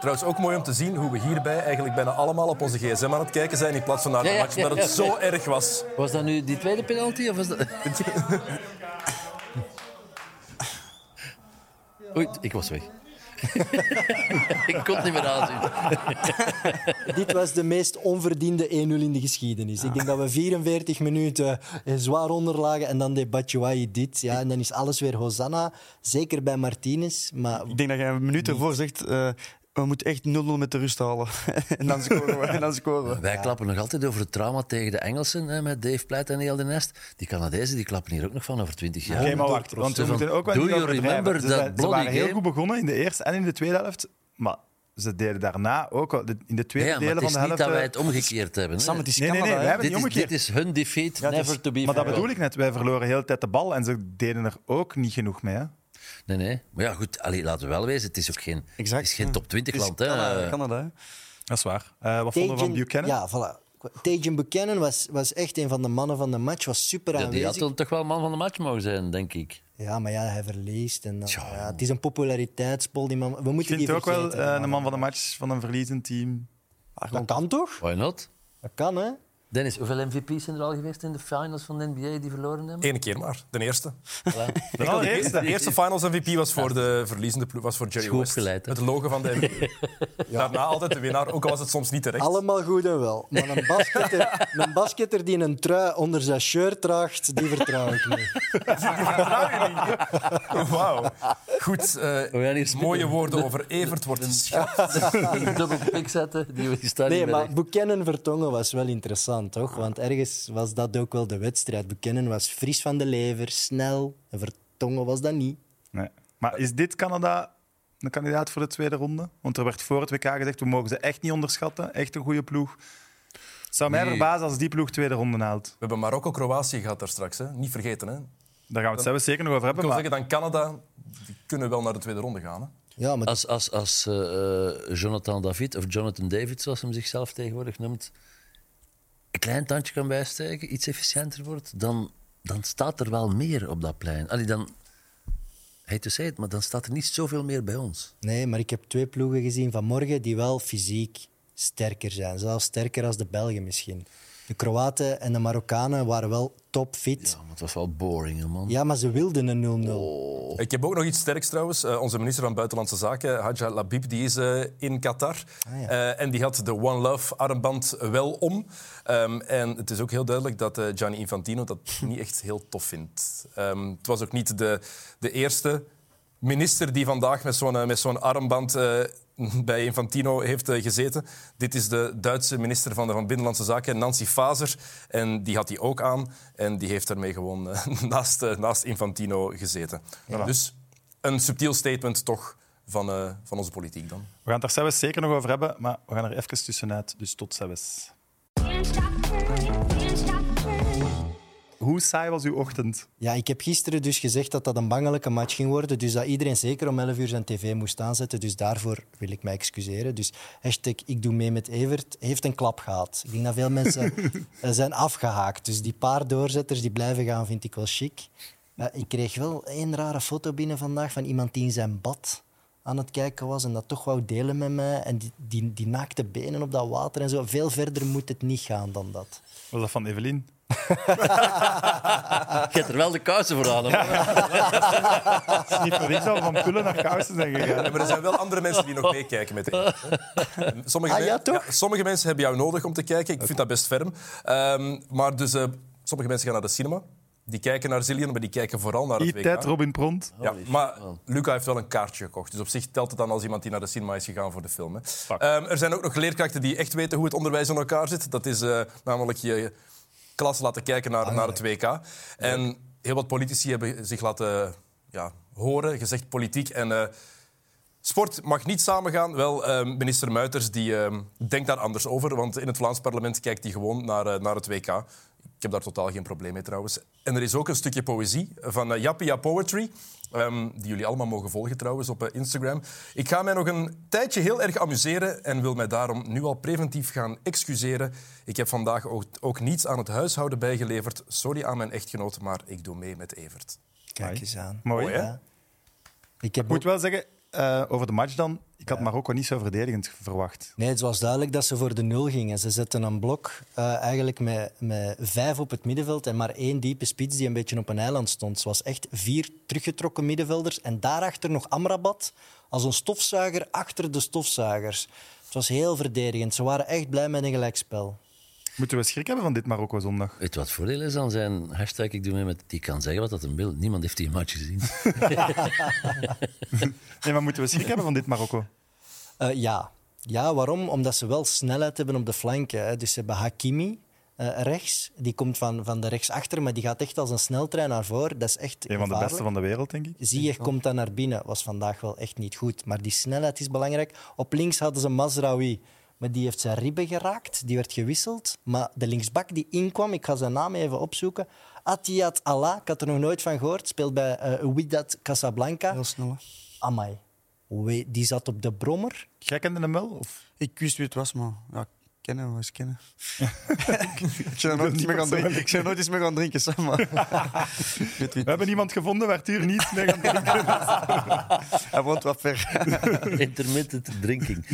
Speaker 5: Trouwens, ook mooi om te zien hoe we hierbij eigenlijk bijna allemaal op onze gsm aan het kijken zijn in plaats van naar de
Speaker 3: Ja, ja,
Speaker 5: match,
Speaker 3: ja,
Speaker 5: omdat het
Speaker 3: ja, ja.
Speaker 5: zo erg was.
Speaker 3: Was dat nu die tweede penalty? Of was dat... Oei, ik was weg. ik kon het niet meer aanzien.
Speaker 2: Dit was de meest onverdiende 1-0 in de geschiedenis. Ik denk dat we 44 minuten eh, zwaar onderlagen en dan deed Batshuayi dit. Ja, en dan is alles weer Hosanna, zeker bij Martinez. Maar
Speaker 4: Ik denk dat jij een minuut ervoor zegt... eh, we moeten echt 0-0 met de rust halen. en dan scoren we. En dan scoren we.
Speaker 3: Wij klappen nog altijd over het trauma tegen de Engelsen hè, met Dave Pleit en heel de nest. Die Canadezen die klappen hier ook nog van over 20 jaar.
Speaker 1: Oké, maar wacht. Want we
Speaker 3: Van,
Speaker 1: moeten ook wel
Speaker 3: do
Speaker 1: niet
Speaker 3: you
Speaker 1: overdrijven.
Speaker 3: remember
Speaker 1: Ze
Speaker 3: that
Speaker 1: zijn- Ze
Speaker 3: bloody
Speaker 1: waren heel
Speaker 3: game?
Speaker 1: goed begonnen in de eerste en in de tweede helft. Maar ze deden daarna ook al... de- In de
Speaker 3: Ja,
Speaker 1: tweede
Speaker 3: ja, maar
Speaker 1: delen
Speaker 3: het
Speaker 1: van de
Speaker 3: is niet
Speaker 1: helft...
Speaker 3: dat wij
Speaker 1: eh,
Speaker 3: het omgekeerd hebben. hè.
Speaker 4: Sam, het is
Speaker 1: Nee, nee,
Speaker 4: Canada.
Speaker 1: nee, wij
Speaker 4: hè.
Speaker 1: hebben het
Speaker 3: dit,
Speaker 1: niet
Speaker 3: is,
Speaker 1: omgekeerd.
Speaker 3: dit is hun defeat,
Speaker 1: het
Speaker 3: never
Speaker 1: is-
Speaker 3: to be
Speaker 1: Maar dat
Speaker 3: forgotten.
Speaker 1: bedoel ik net. Wij verloren heel de tijd de bal en ze deden er ook niet genoeg mee. Hè?
Speaker 3: Nee, nee. Maar ja, goed, allee, laten we wel wezen. Het is ook geen,
Speaker 4: Exact,
Speaker 3: het is geen
Speaker 4: ja.
Speaker 3: top 20
Speaker 4: Het is
Speaker 3: land. Hè.
Speaker 4: Canada, Canada, hè.
Speaker 1: Dat is waar. Eh, wat vonden we van
Speaker 2: Tajan-
Speaker 1: Buchanan?
Speaker 2: Ja, voilà. Tajan Buchanan was, was echt een van de mannen van de match. Was super
Speaker 3: Ja, die
Speaker 2: aanwezig.
Speaker 3: had dan toch wel man van de match mogen zijn, denk ik.
Speaker 2: Ja, maar ja, hij verliest. En dan, ja, het is een populariteitspol. Die man, we
Speaker 1: Ik
Speaker 2: moeten
Speaker 1: vind
Speaker 2: die
Speaker 1: het ook wel
Speaker 2: vergeten,
Speaker 1: eh,
Speaker 2: man.
Speaker 1: een man van de match van een verliezend team.
Speaker 2: Dat kan toch?
Speaker 3: Why not?
Speaker 2: Dat kan, hè?
Speaker 3: Dennis, hoeveel MVP's zijn er al geweest in de finals van de NBA die verloren hebben?
Speaker 5: Eén keer maar, de eerste.
Speaker 3: Voilà.
Speaker 1: De allereerste.
Speaker 5: De eerste Finals MVP was voor de verliezende ploeg, was voor Jerry
Speaker 3: Goed
Speaker 5: West.
Speaker 3: opgeleid, hè?
Speaker 5: Het logo van de MVP. Daarna altijd de winnaar, ook al was het soms niet terecht.
Speaker 2: Allemaal goed en wel. Maar een basketter, een basketter die een trui onder zijn shirt draagt, die vertrouw ik niet.
Speaker 5: Wauw. Goed, eh,
Speaker 3: We gaan hier spitten.
Speaker 5: mooie woorden over Evert wordt geschat.
Speaker 3: een dubbel pik zetten, die, die staat
Speaker 2: Nee,
Speaker 3: niet
Speaker 2: maar Buchanan Vertongen was wel interessant, toch? Want ergens was dat ook wel de wedstrijd. Buchanan was fris van de lever, snel. En Vertongen was dat niet.
Speaker 1: Nee. Maar is dit Canada een kandidaat voor de tweede ronde? Want er werd voor het WK gezegd, we mogen ze echt niet onderschatten. Echt een goede ploeg. Het zou mij
Speaker 3: Nee.
Speaker 1: verbazen als die ploeg tweede ronde haalt.
Speaker 5: We hebben Marokko-Kroatië gehad daar straks, hè? niet vergeten. Hè? Ik
Speaker 1: Daar gaan we het zelfs zeker nog over hebben.
Speaker 5: wil
Speaker 1: Maar
Speaker 5: zeggen, dan Canada, die kunnen wel naar de tweede ronde gaan. Hè?
Speaker 2: Ja, maar
Speaker 3: Als, als, als eh, eh, Jonathan David, of Jonathan David, zoals hem zichzelf tegenwoordig noemt, een klein tandje kan bijsteken, iets efficiënter wordt, dan, dan staat er wel meer op dat plein. Allee, dan, hate to say it, maar dan staat er niet zoveel meer bij ons.
Speaker 2: Nee, maar ik heb twee ploegen gezien vanmorgen die wel fysiek sterker zijn. Zelfs sterker als de Belgen misschien. De Kroaten en de Marokkanen waren wel topfit.
Speaker 3: Ja,
Speaker 2: Ja,
Speaker 3: Ah, maar het was wel boring, hè, man.
Speaker 2: maar ze wilden een 0-0.
Speaker 5: Ik heb ook nog iets sterks trouwens. Eh, onze minister van Buitenlandse Zaken, Hadja Labib, die is eh, in Qatar. Eh, en die had de One Love armband wel om. Ehm, en het is ook heel duidelijk dat eh, Gianni Infantino dat niet echt heel tof vindt. Ehm, het was ook niet de, de eerste minister die vandaag met zo'n eh, met zo'n armband eh, bij Infantino heeft eh, gezeten. Dit is de Duitse minister van, de, van Binnenlandse Zaken, Nancy Faser. En die had die ook aan. En die heeft daarmee gewoon eh, naast, eh, naast Infantino gezeten. Dus een subtiel statement toch van, eh, van onze politiek dan.
Speaker 1: we gaan het daar zelfs zeker nog over hebben. Maar we gaan er even tussenuit. Dus tot zelfs.
Speaker 6: Can't stop burning, can't stop burning.
Speaker 1: Hoe saai was uw ochtend?
Speaker 2: Ja, ik heb gisteren dus gezegd dat dat een bangelijke match ging worden. Dus dat iedereen zeker om 11 uur zijn tv moest aanzetten. Dus daarvoor wil ik mij excuseren. Dus hashtag ik doe mee met Evert heeft een klap gehad. Ik denk dat veel mensen eh, zijn afgehaakt. Dus die paar doorzetters die blijven gaan vind ik wel chic. Eh, ik kreeg wel één rare foto binnen vandaag van iemand die in zijn bad aan het kijken was en dat toch wou delen met mij. En die, die, die naakte benen op dat water en zo. Veel verder moet het niet gaan dan dat.
Speaker 1: Was dat van Evelien?
Speaker 3: Je hebt er wel de kousen voor aan, hè, man.
Speaker 1: Het is niet voor niks dat we van pullen naar kousen zijn gegaan.
Speaker 5: Ja, maar er zijn wel andere mensen die nog meekijken met Evert, hè. Sommige,
Speaker 2: Ah,
Speaker 5: men-
Speaker 2: ja, toch?
Speaker 5: sommige mensen hebben jou nodig om te kijken. Ik vind dat best ferm. Ehm, maar dus, eh, sommige mensen gaan naar de cinema. Die kijken naar Zillion, maar die kijken vooral naar het WK.
Speaker 1: tijd Robin Pront.
Speaker 5: Ja, maar Luca heeft wel een kaartje gekocht. Dus op zich telt het dan als iemand die naar de cinema is gegaan voor de film. Hè. Ehm, er zijn ook nog leerkrachten die echt weten hoe het onderwijs in elkaar zit. Dat is eh, namelijk je klas laten kijken naar, naar het WK. En heel wat politici hebben zich laten ja, horen, gezegd politiek en... eh, Sport mag niet samengaan. Wel, eh, minister Muiters die, eh, denkt daar anders over. Want in het Vlaams parlement kijkt hij gewoon naar, eh, naar het WK. Ik heb daar totaal geen probleem mee trouwens. En er is ook een stukje poëzie van eh, Jappia Poetry. ehm, die jullie allemaal mogen volgen trouwens op eh, Instagram. Ik ga mij nog een tijdje heel erg amuseren en wil mij daarom nu al preventief gaan excuseren. Ik heb vandaag ook, ook niets aan het huishouden bijgeleverd. Sorry aan mijn echtgenoot, maar ik doe mee met Evert.
Speaker 2: Kijk eens aan.
Speaker 1: Mooi, hè?
Speaker 2: Ja. Ik heb
Speaker 1: Ik moet
Speaker 2: ook-
Speaker 1: wel zeggen, eh, over de match dan, ik had Marokko niet zo verdedigend verwacht.
Speaker 2: Nee, het was duidelijk dat ze voor de nul gingen. Ze zetten een blok eh, eigenlijk met, met vijf op het middenveld en maar één diepe spits die een beetje op een eiland stond. Het was echt vier teruggetrokken middenvelders en daarachter nog Amrabat als een stofzuiger achter de stofzuigers. Het was heel verdedigend. Ze waren echt blij met een gelijkspel.
Speaker 1: Moeten we schrik hebben van dit Marokko zondag?
Speaker 3: Weet je wat het voordeel is aan zijn hashtag? Ik doe mee met... Die kan zeggen wat dat hem wil. Niemand heeft die match gezien.
Speaker 1: Nee, maar moeten we schrik hebben van dit Marokko?
Speaker 2: Eh, ja. ja, waarom? Omdat ze wel snelheid hebben op de flanken. Hè. Dus ze hebben Hakimi eh, rechts. Die komt van, van de rechtsachter, maar die gaat echt als een sneltrein naar voren. Dat is echt
Speaker 1: Een van de
Speaker 2: gevaarlijk.
Speaker 1: beste van de wereld, denk ik.
Speaker 2: Ziyech komt dan naar binnen. Was vandaag wel echt niet goed. Maar die snelheid is belangrijk. Op links hadden ze Mazraoui. Maar die heeft zijn ribben geraakt. Die werd gewisseld. Maar de linksbak die inkwam, ik ga zijn naam even opzoeken. Atiat Allah, ik had er nog nooit van gehoord. Speelt bij eh Wydad Casablanca.
Speaker 4: Heel snel. hè.
Speaker 2: Amai. We- Die zat op de brommer.
Speaker 1: Jij kende hem wel? Of?
Speaker 4: Ik wist wie het was, maar ja, kennen was kennen. ik zou nooit iets meer gaan drinken. Ik zou nooit iets meer gaan drinken, Sam. maar- Ik weet wie
Speaker 1: We hebben iemand gevonden, waar Arthur niet mee gaan drinken.
Speaker 4: Hij woont wat ver.
Speaker 3: Intermittent drinking.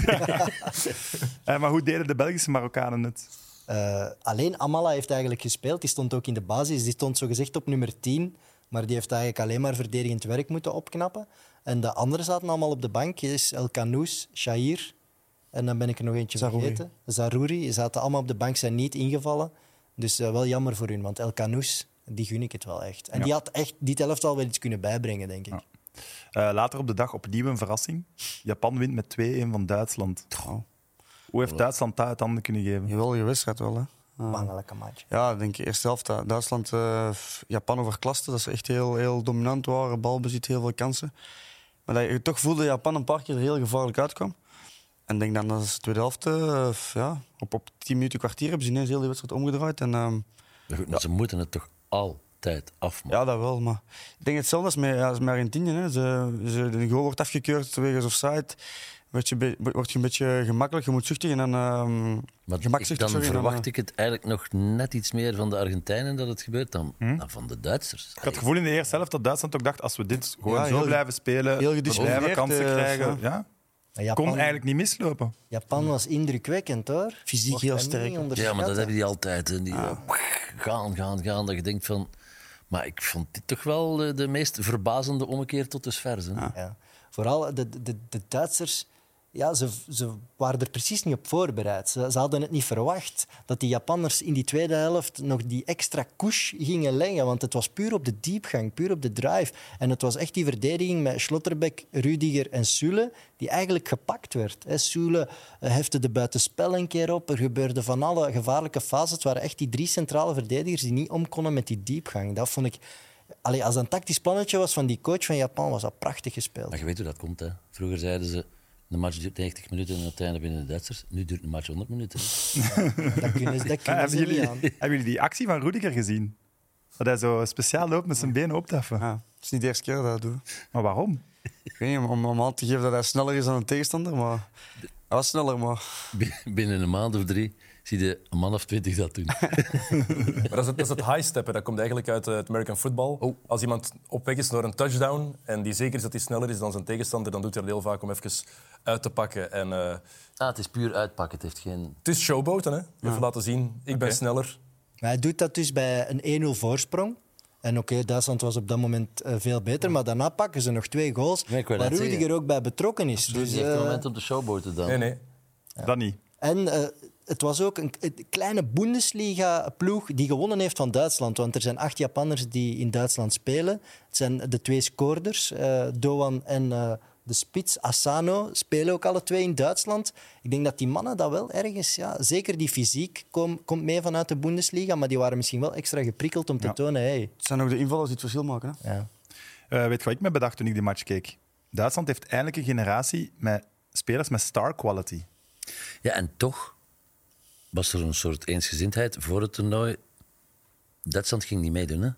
Speaker 1: Eh, maar hoe deden de Belgische Marokkanen het?
Speaker 2: Eh, alleen Amala heeft eigenlijk gespeeld. Die stond ook in de basis. Die stond zogezegd op nummer 10. Maar die heeft eigenlijk alleen maar verdedigend werk moeten opknappen. En de anderen zaten allemaal op de bank. Hier is El Khanous, Shair. En dan ben ik er nog eentje vergeten. Zarouri. Zaten allemaal op de bank, zijn niet ingevallen. Dus eh, wel jammer voor hun. Want El Khanous, die gun ik het wel echt. En die had echt die helft al wel iets kunnen bijbrengen, denk ik.
Speaker 1: Eh, later op de dag opnieuw een verrassing. Japan wint met 2-1 van Duitsland. Hoe heeft Duitsland dat uit handen kunnen geven?
Speaker 4: Geweldige wedstrijd wel, hè.
Speaker 2: Mangelijke match.
Speaker 4: Ja, ik denk eerste helft. eh, Duitsland, eh, Japan overklaste. Dat ze echt heel, heel dominant waren. Balbezit, heel veel kansen. Maar dat je toch voelde dat Japan een paar keer er heel gevaarlijk uitkwam. En ik denk dan dat ze de tweede helft, eh, f- ja, op, op 10 minuten kwartier, hebben ze ineens heel die wedstrijd omgedraaid. En, ehm,
Speaker 3: Maar goed, maar ze moeten het toch altijd afmaken.
Speaker 4: ja, dat wel. Maar ik denk hetzelfde als met, als met Argentinië. Hè. Ze, ze, de goal wordt afgekeurd wegens offside. Word je, be- word je een beetje gemakkelijk, je moet zuchtigen. En, ehm
Speaker 3: Maar ik,
Speaker 4: gemakzuchtig,
Speaker 3: dan
Speaker 4: sorry, en
Speaker 3: verwacht
Speaker 4: eh,
Speaker 3: ik het eigenlijk nog net iets meer van de Argentijnen dat het gebeurt dan,
Speaker 4: Hm?
Speaker 3: dan van de Duitsers.
Speaker 1: Ik had het gevoel in de eerste helft dat Duitsland ook dacht, als we dit gewoon
Speaker 4: Ja,
Speaker 1: zo
Speaker 4: heel-
Speaker 1: blijven spelen,
Speaker 4: heel
Speaker 1: we blijven
Speaker 4: gedisciplineerd,
Speaker 1: kansen
Speaker 4: eh,
Speaker 1: krijgen,
Speaker 4: ja.
Speaker 1: ja,
Speaker 2: Maar Japan,
Speaker 1: kon eigenlijk niet mislopen.
Speaker 2: Japan was indrukwekkend, hoor.
Speaker 4: Fysiek
Speaker 2: Mocht
Speaker 4: heel
Speaker 2: dat niet
Speaker 4: sterk. Ja, Ah.
Speaker 3: Ja, maar dat
Speaker 2: onderschatten.
Speaker 3: hebben die altijd. hè. Die, eh, Gaan, gaan, gaan. Dat je denkt van... Maar ik vond dit toch wel de, de meest verbazende ommekeer tot dusver.
Speaker 4: Ah.
Speaker 3: Hè?
Speaker 2: Ja. Vooral de, de, de Duitsers ja, ze, ze waren er precies niet op voorbereid. Ze, ze hadden het niet verwacht dat die Japanners in die tweede helft nog die extra push gingen leggen. Want het was puur op de diepgang, puur op de drive. En het was echt die verdediging met Schlotterbeck, Rudiger en Sule die eigenlijk gepakt werd. hè. Sule heftte de buitenspel een keer op. Er gebeurde van alle gevaarlijke fases. Het waren echt die drie centrale verdedigers die niet om konden met die diepgang. Dat vond ik... Allee, als dat een tactisch plannetje was van die coach van Japan, was dat prachtig gespeeld.
Speaker 3: Maar je weet hoe dat komt. Hè? Vroeger zeiden ze... De match duurt 90 minuten en op het einde binnen de Duitsers. Nu duurt een match 100 minuten. hè.
Speaker 2: Dat kunnen ze, dat
Speaker 1: Ja,
Speaker 2: kunnen
Speaker 1: hebben,
Speaker 2: ze
Speaker 1: jullie,
Speaker 2: niet aan.
Speaker 1: hebben jullie die actie van Rudiger gezien? Dat hij zo speciaal loopt met zijn benen op te heffen.
Speaker 4: ja, het is niet de eerste keer dat ik dat doe.
Speaker 1: Maar waarom?
Speaker 4: Ik weet niet, om, om aan te geven dat hij sneller is dan een tegenstander, maar... Hij was sneller, maar...
Speaker 3: Bi- Binnen een maand of drie zie je een man of twintig dat doen.
Speaker 5: Maar dat is het, dat is het high steppen. Dat komt eigenlijk uit eh, het American football. Als iemand op weg is naar een touchdown en die zeker is dat hij sneller is dan zijn tegenstander, dan doet hij dat heel vaak om even uit te pakken. En, eh,
Speaker 3: Ah, het is puur uitpakken. Het heeft geen...
Speaker 5: het is showboten, hè? Even laten zien. Ik ben sneller.
Speaker 2: Maar hij doet dat dus bij een 1-0 voorsprong. En oké, Duitsland was op dat moment eh, veel beter, maar daarna pakken ze nog twee goals
Speaker 3: Ja, ik wou
Speaker 2: waar
Speaker 3: dat
Speaker 2: Rudiger
Speaker 3: zeggen.
Speaker 2: ook bij betrokken is.
Speaker 3: Dus
Speaker 2: Dus,
Speaker 3: die heeft
Speaker 2: eh,
Speaker 3: een moment op de showboten dan.
Speaker 5: Nee, nee.
Speaker 1: Dat niet.
Speaker 2: En eh, het was ook een, een kleine Bundesliga-ploeg die gewonnen heeft van Duitsland. Want er zijn acht Japanners die in Duitsland spelen. Het zijn de twee scoorders, eh, Doan en eh, de spits Asano, spelen ook alle twee in Duitsland. Ik denk dat die mannen dat wel ergens... Ja, zeker die fysiek kom- komt mee vanuit de Bundesliga, maar die waren misschien wel extra geprikkeld om te
Speaker 1: Ja.
Speaker 2: tonen... Hey,
Speaker 4: Het zijn ook de invallers die het verschil maken. Hè?
Speaker 2: ja.
Speaker 1: Eh, weet je wat ik me bedacht toen ik die match keek? Duitsland heeft eindelijk een generatie met spelers met star quality.
Speaker 3: Ja, en toch was er een soort eensgezindheid voor het toernooi. Duitsland ging niet meedoen, hè?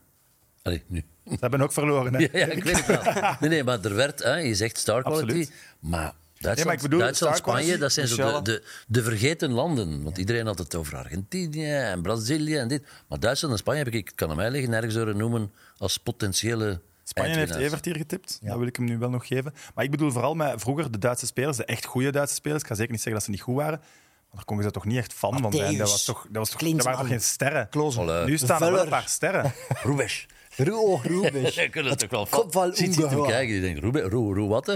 Speaker 3: Allee, nu.
Speaker 1: Ze hebben ook verloren. Hè?
Speaker 3: Ja, ja, ik weet het wel. Nee, nee, maar er werd, hè, je zegt star quality,
Speaker 1: Absoluut.
Speaker 3: maar Duitsland,
Speaker 1: Nee, maar ik bedoel,
Speaker 3: Duitsland
Speaker 1: star quality,
Speaker 3: Spanje, dat zijn zo de,
Speaker 4: Michelle.
Speaker 3: de, de vergeten landen. Want iedereen had het over Argentinië en Brazilië en dit. Maar Duitsland en Spanje heb ik, ik kan aan mij liggen, nergens horen noemen als potentiële
Speaker 1: Spanje heeft
Speaker 3: eindwinnaars.
Speaker 1: Evert hier getipt. Dat wil ik hem nu wel nog geven. Maar ik bedoel vooral met vroeger de Duitse spelers, de echt goede Duitse spelers. Ik ga zeker niet zeggen dat ze niet goed waren. Maar daar konden ze toch niet echt fan van zijn. Dat, was toch, dat, was toch, dat waren
Speaker 2: Klinsmann.
Speaker 1: toch geen sterren?
Speaker 3: Voilà.
Speaker 1: Nu staan er wel een
Speaker 2: Vuller.
Speaker 1: paar sterren.
Speaker 3: Rubesch.
Speaker 2: Ruo
Speaker 3: Ze kunnen het toch wel
Speaker 2: komt wel
Speaker 3: Ziet ziet hem
Speaker 2: ongehoord.
Speaker 3: kijken, die denkt, Rube, Roe, Roe, wat? hè?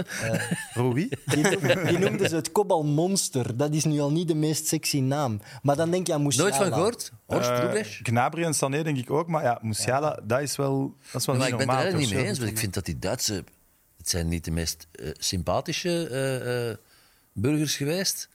Speaker 1: Rui?
Speaker 2: Die, noemde- die noemden ze het kopbalmonster. Dat is nu al niet de meest sexy naam. Maar dan denk je aan Musiala.
Speaker 3: Nooit van gehoord? Horst
Speaker 1: Eh,
Speaker 3: Rubesch?
Speaker 1: Gnabry en Sané denk ik ook. Maar ja, Musiala, dat is wel, dat is wel
Speaker 3: Maar
Speaker 1: niet
Speaker 3: ik ben het
Speaker 1: normaal.
Speaker 3: er eigenlijk niet
Speaker 1: toch?
Speaker 3: mee eens, want ik vind dat die Duitsers... Het zijn niet de meest eh, sympathische eh, eh, burgers geweest,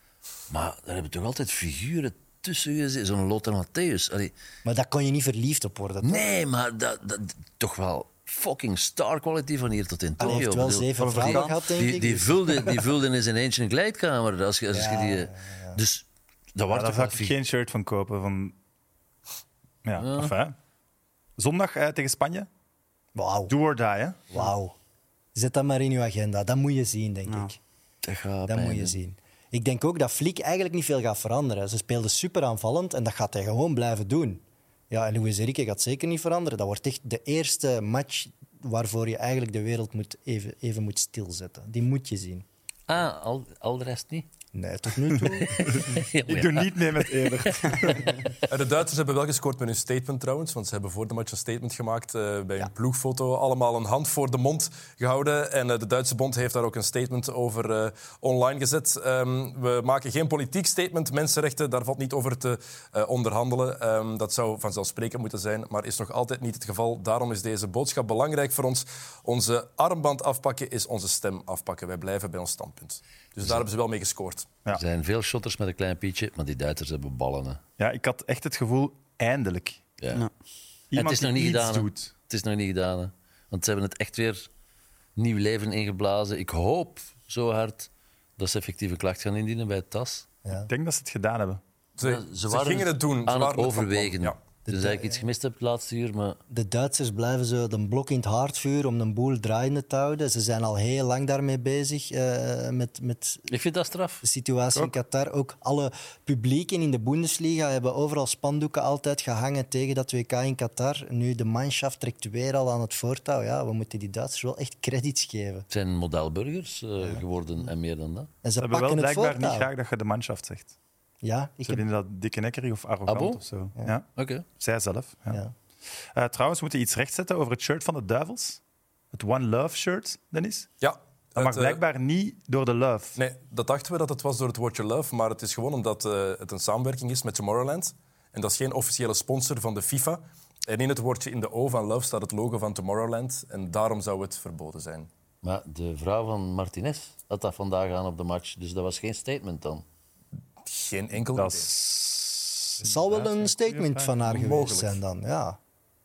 Speaker 3: maar daar hebben toch altijd figuren tussen gezeten. Zo'n Lothar Matthäus. Allee,
Speaker 2: Maar daar kon je niet verliefd op worden. toch?
Speaker 3: nee, maar dat, dat, toch wel fucking star quality van hier tot in Tokio.
Speaker 2: heeft wel
Speaker 3: Ik bedoel,
Speaker 2: zeven
Speaker 3: die-
Speaker 2: vrouwen gehad, denk
Speaker 3: die,
Speaker 2: ik,
Speaker 3: Die
Speaker 2: dus.
Speaker 3: vulde, die vulde in zijn eentje een kleedkamer. Als, je- als je die, Dus dat
Speaker 1: Ja,
Speaker 3: wordt
Speaker 1: daar
Speaker 3: toch
Speaker 1: zou
Speaker 3: wel
Speaker 1: ik
Speaker 3: figuur.
Speaker 1: geen shirt van kopen. Van... Ja, enfin. Zondag eh, tegen Spanje.
Speaker 2: Wauw.
Speaker 1: Do or die, hè?
Speaker 2: Wauw. Zet dat maar in je agenda. Dat moet je zien, denk ik.
Speaker 3: Dat gaat
Speaker 2: Dat moet
Speaker 3: pijn
Speaker 2: je
Speaker 3: doen.
Speaker 2: zien. Ik denk ook dat Flick eigenlijk niet veel gaat veranderen. Ze speelden super aanvallend en dat gaat hij gewoon blijven doen. Ja, en Luis Enrique gaat zeker niet veranderen. Dat wordt echt de eerste match waarvoor je eigenlijk de wereld moet even, even moet stilzetten. Die moet je zien.
Speaker 3: Ah, al, al de rest niet?
Speaker 2: Nee, tot nu toe.
Speaker 3: Ja, maar
Speaker 1: Ik
Speaker 3: ja.
Speaker 1: doe niet mee met Evert.
Speaker 5: En Eh, de Duitsers hebben wel gescoord met hun statement trouwens. Want ze hebben voor de match een statement gemaakt eh, bij een ploegfoto. Allemaal een hand voor de mond gehouden. En eh, de Duitse bond heeft daar ook een statement over eh, online gezet. Ehm, we maken geen politiek statement. Mensenrechten, daar valt niet over te eh, onderhandelen. Ehm, dat zou vanzelfsprekend moeten zijn. Maar is nog altijd niet het geval. Daarom is deze boodschap belangrijk voor ons. Onze armband afpakken is onze stem afpakken. Wij blijven bij ons standpunt. Dus daar hebben ze wel mee gescoord.
Speaker 1: Ja.
Speaker 3: Er zijn veel shotters met een klein pietje, maar die Duitsers hebben ballen. Hè.
Speaker 1: Ja, ik had echt het gevoel, eindelijk.
Speaker 3: Ja.
Speaker 4: Ja.
Speaker 3: En het
Speaker 1: Iemand
Speaker 3: is nog
Speaker 1: die
Speaker 3: niet
Speaker 1: iets
Speaker 3: gedaan. hè.
Speaker 1: doet.
Speaker 3: Het is nog niet gedaan. hè. Want ze hebben het echt weer nieuw leven ingeblazen. Ik hoop zo hard dat ze effectieve klacht gaan indienen bij het TAS.
Speaker 1: Ik denk dat ze het gedaan hebben.
Speaker 5: Ze, ze gingen het doen.
Speaker 3: aan het
Speaker 5: Ze waren van plan.
Speaker 3: overwegen.
Speaker 5: Ja.
Speaker 3: Dus dat ik iets gemist heb het laatste uur, maar
Speaker 2: De Duitsers blijven zo een blok in het hart vuren om een boel draaiende te houden. Ze zijn al heel lang daarmee bezig eh, met, met
Speaker 3: ik vind dat straf.
Speaker 2: de situatie in Qatar. Ook alle publieken in de Bundesliga hebben overal spandoeken altijd gehangen tegen dat WK in Qatar. Nu de manschaft trekt weer al aan het voortouw. Ja, we moeten die Duitsers wel echt credits geven.
Speaker 3: Het zijn modelburgers eh, geworden en meer dan dat.
Speaker 2: En
Speaker 1: Ze
Speaker 2: ze
Speaker 1: hebben wel
Speaker 2: pakken het
Speaker 1: blijkbaar
Speaker 2: voortouw.
Speaker 1: niet graag dat je de manschaft zegt.
Speaker 2: Ja, ik
Speaker 1: Ze
Speaker 2: heb...
Speaker 1: vinden dat dikke nekkerig of arrogant
Speaker 3: Ah, bon?
Speaker 1: of zo. Ja.
Speaker 3: Oké.
Speaker 1: Zij zelf. Ja.
Speaker 2: ja.
Speaker 1: Eh, trouwens, we moeten iets rechtzetten over het shirt van de duivels. Het One Love shirt, Dennis.
Speaker 5: Ja.
Speaker 1: Dat mag
Speaker 5: Het, eh,
Speaker 1: blijkbaar niet door de love.
Speaker 5: Nee, dat dachten we dat het was door het woordje love, maar het is gewoon omdat eh, het een samenwerking is met Tomorrowland. En dat is geen officiële sponsor van de FIFA. En in het woordje in de O van love staat het logo van Tomorrowland. En daarom zou het verboden zijn.
Speaker 3: Maar de vrouw van Martinez had dat vandaag aan op de match, dus dat was geen statement dan.
Speaker 5: Geen enkel
Speaker 1: Dat
Speaker 5: idee.
Speaker 1: is-
Speaker 2: Het zal wel een statement van haar geweest
Speaker 5: Mogelijk.
Speaker 2: zijn dan. Ja,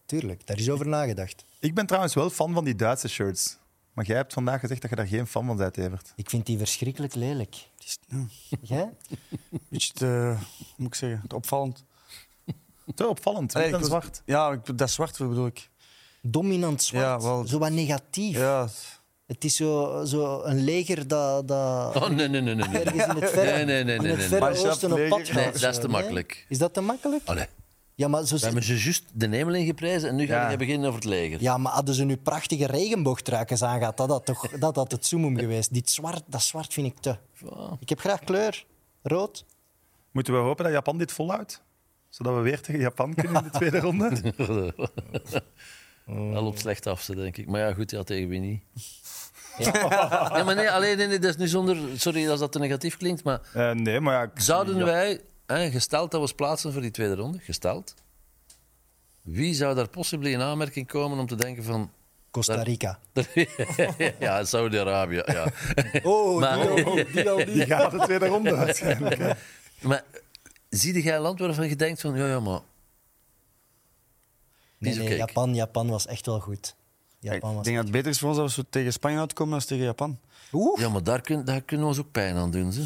Speaker 2: tuurlijk. Daar is over nagedacht.
Speaker 1: Ik ben trouwens wel fan van die Duitse shirts. Maar jij hebt vandaag gezegd dat je daar geen fan van bent, Evert.
Speaker 2: Ik vind die verschrikkelijk lelijk.
Speaker 4: Het is ja, een
Speaker 2: Jij?
Speaker 4: beetje te, hoe moet ik zeggen, te opvallend.
Speaker 1: Zo opvallend,
Speaker 4: Hey,
Speaker 1: wit
Speaker 4: ik
Speaker 1: en
Speaker 4: was-
Speaker 1: zwart.
Speaker 4: Ja, ik, dat zwart bedoel ik.
Speaker 2: dominant zwart.
Speaker 4: Ja, wel-
Speaker 2: Zo wat negatief.
Speaker 4: Ja,
Speaker 2: Het is zo, zo een leger dat, dat
Speaker 3: Oh, nee, nee, nee, nee. nee.
Speaker 2: ergens in het verre,
Speaker 3: Nee, nee, nee,
Speaker 2: in
Speaker 3: nee,
Speaker 2: het
Speaker 3: nee.
Speaker 2: verre
Speaker 4: Mannschaft,
Speaker 2: oosten op
Speaker 4: leger.
Speaker 2: pad gaat.
Speaker 3: Nee, dat is
Speaker 2: Nee?
Speaker 3: te makkelijk. Ah.
Speaker 2: Is dat te makkelijk?
Speaker 3: Allee,
Speaker 2: Ja, maar, zo
Speaker 3: we hebben ze juist de hemel ingeprezen en nu gaan
Speaker 1: Ja.
Speaker 3: we beginnen over het leger.
Speaker 2: ja, maar hadden ze nu prachtige regenboogtruikens aangehad, dat had, toch, dat had het zoemum geweest. Dit zwart, dat zwart vind ik te. Ik heb graag kleur. Rood.
Speaker 1: Moeten we hopen dat Japan dit volhoudt? Zodat we weer tegen Japan kunnen in de tweede ronde?
Speaker 3: Dat loopt slecht af, ze, denk ik. Maar ja, goed, ja, tegen wie niet. Ja, maar nee, alleen, nee, nee, dat is nu zonder... Sorry als dat te negatief klinkt, maar
Speaker 1: Eh, nee, maar ja, ik-
Speaker 3: zouden
Speaker 1: ja.
Speaker 3: wij, hè, gesteld dat we ons plaatsen voor die tweede ronde, gesteld, wie zou daar possibly in aanmerking komen om te denken van...
Speaker 2: Costa Rica.
Speaker 3: ja, Saudi-Arabië, ja.
Speaker 2: Oh,
Speaker 3: Maar-
Speaker 2: die, al- die al
Speaker 1: Die
Speaker 2: niet.
Speaker 1: gaat de tweede ronde waarschijnlijk. hè.
Speaker 3: Maar zie jij een land waarvan je denkt van, ja, ja, maar... Die
Speaker 2: Nee,
Speaker 3: is
Speaker 2: nee,
Speaker 3: oké.
Speaker 2: Japan, Japan was echt wel goed.
Speaker 4: Ik
Speaker 2: Japan was...
Speaker 4: denk dat het beter is voor ons als we tegen Spanje uitkomen dan tegen Japan.
Speaker 2: Oeh,
Speaker 3: Ja, maar daar, kun- daar kunnen we ons ook pijn aan doen, ze.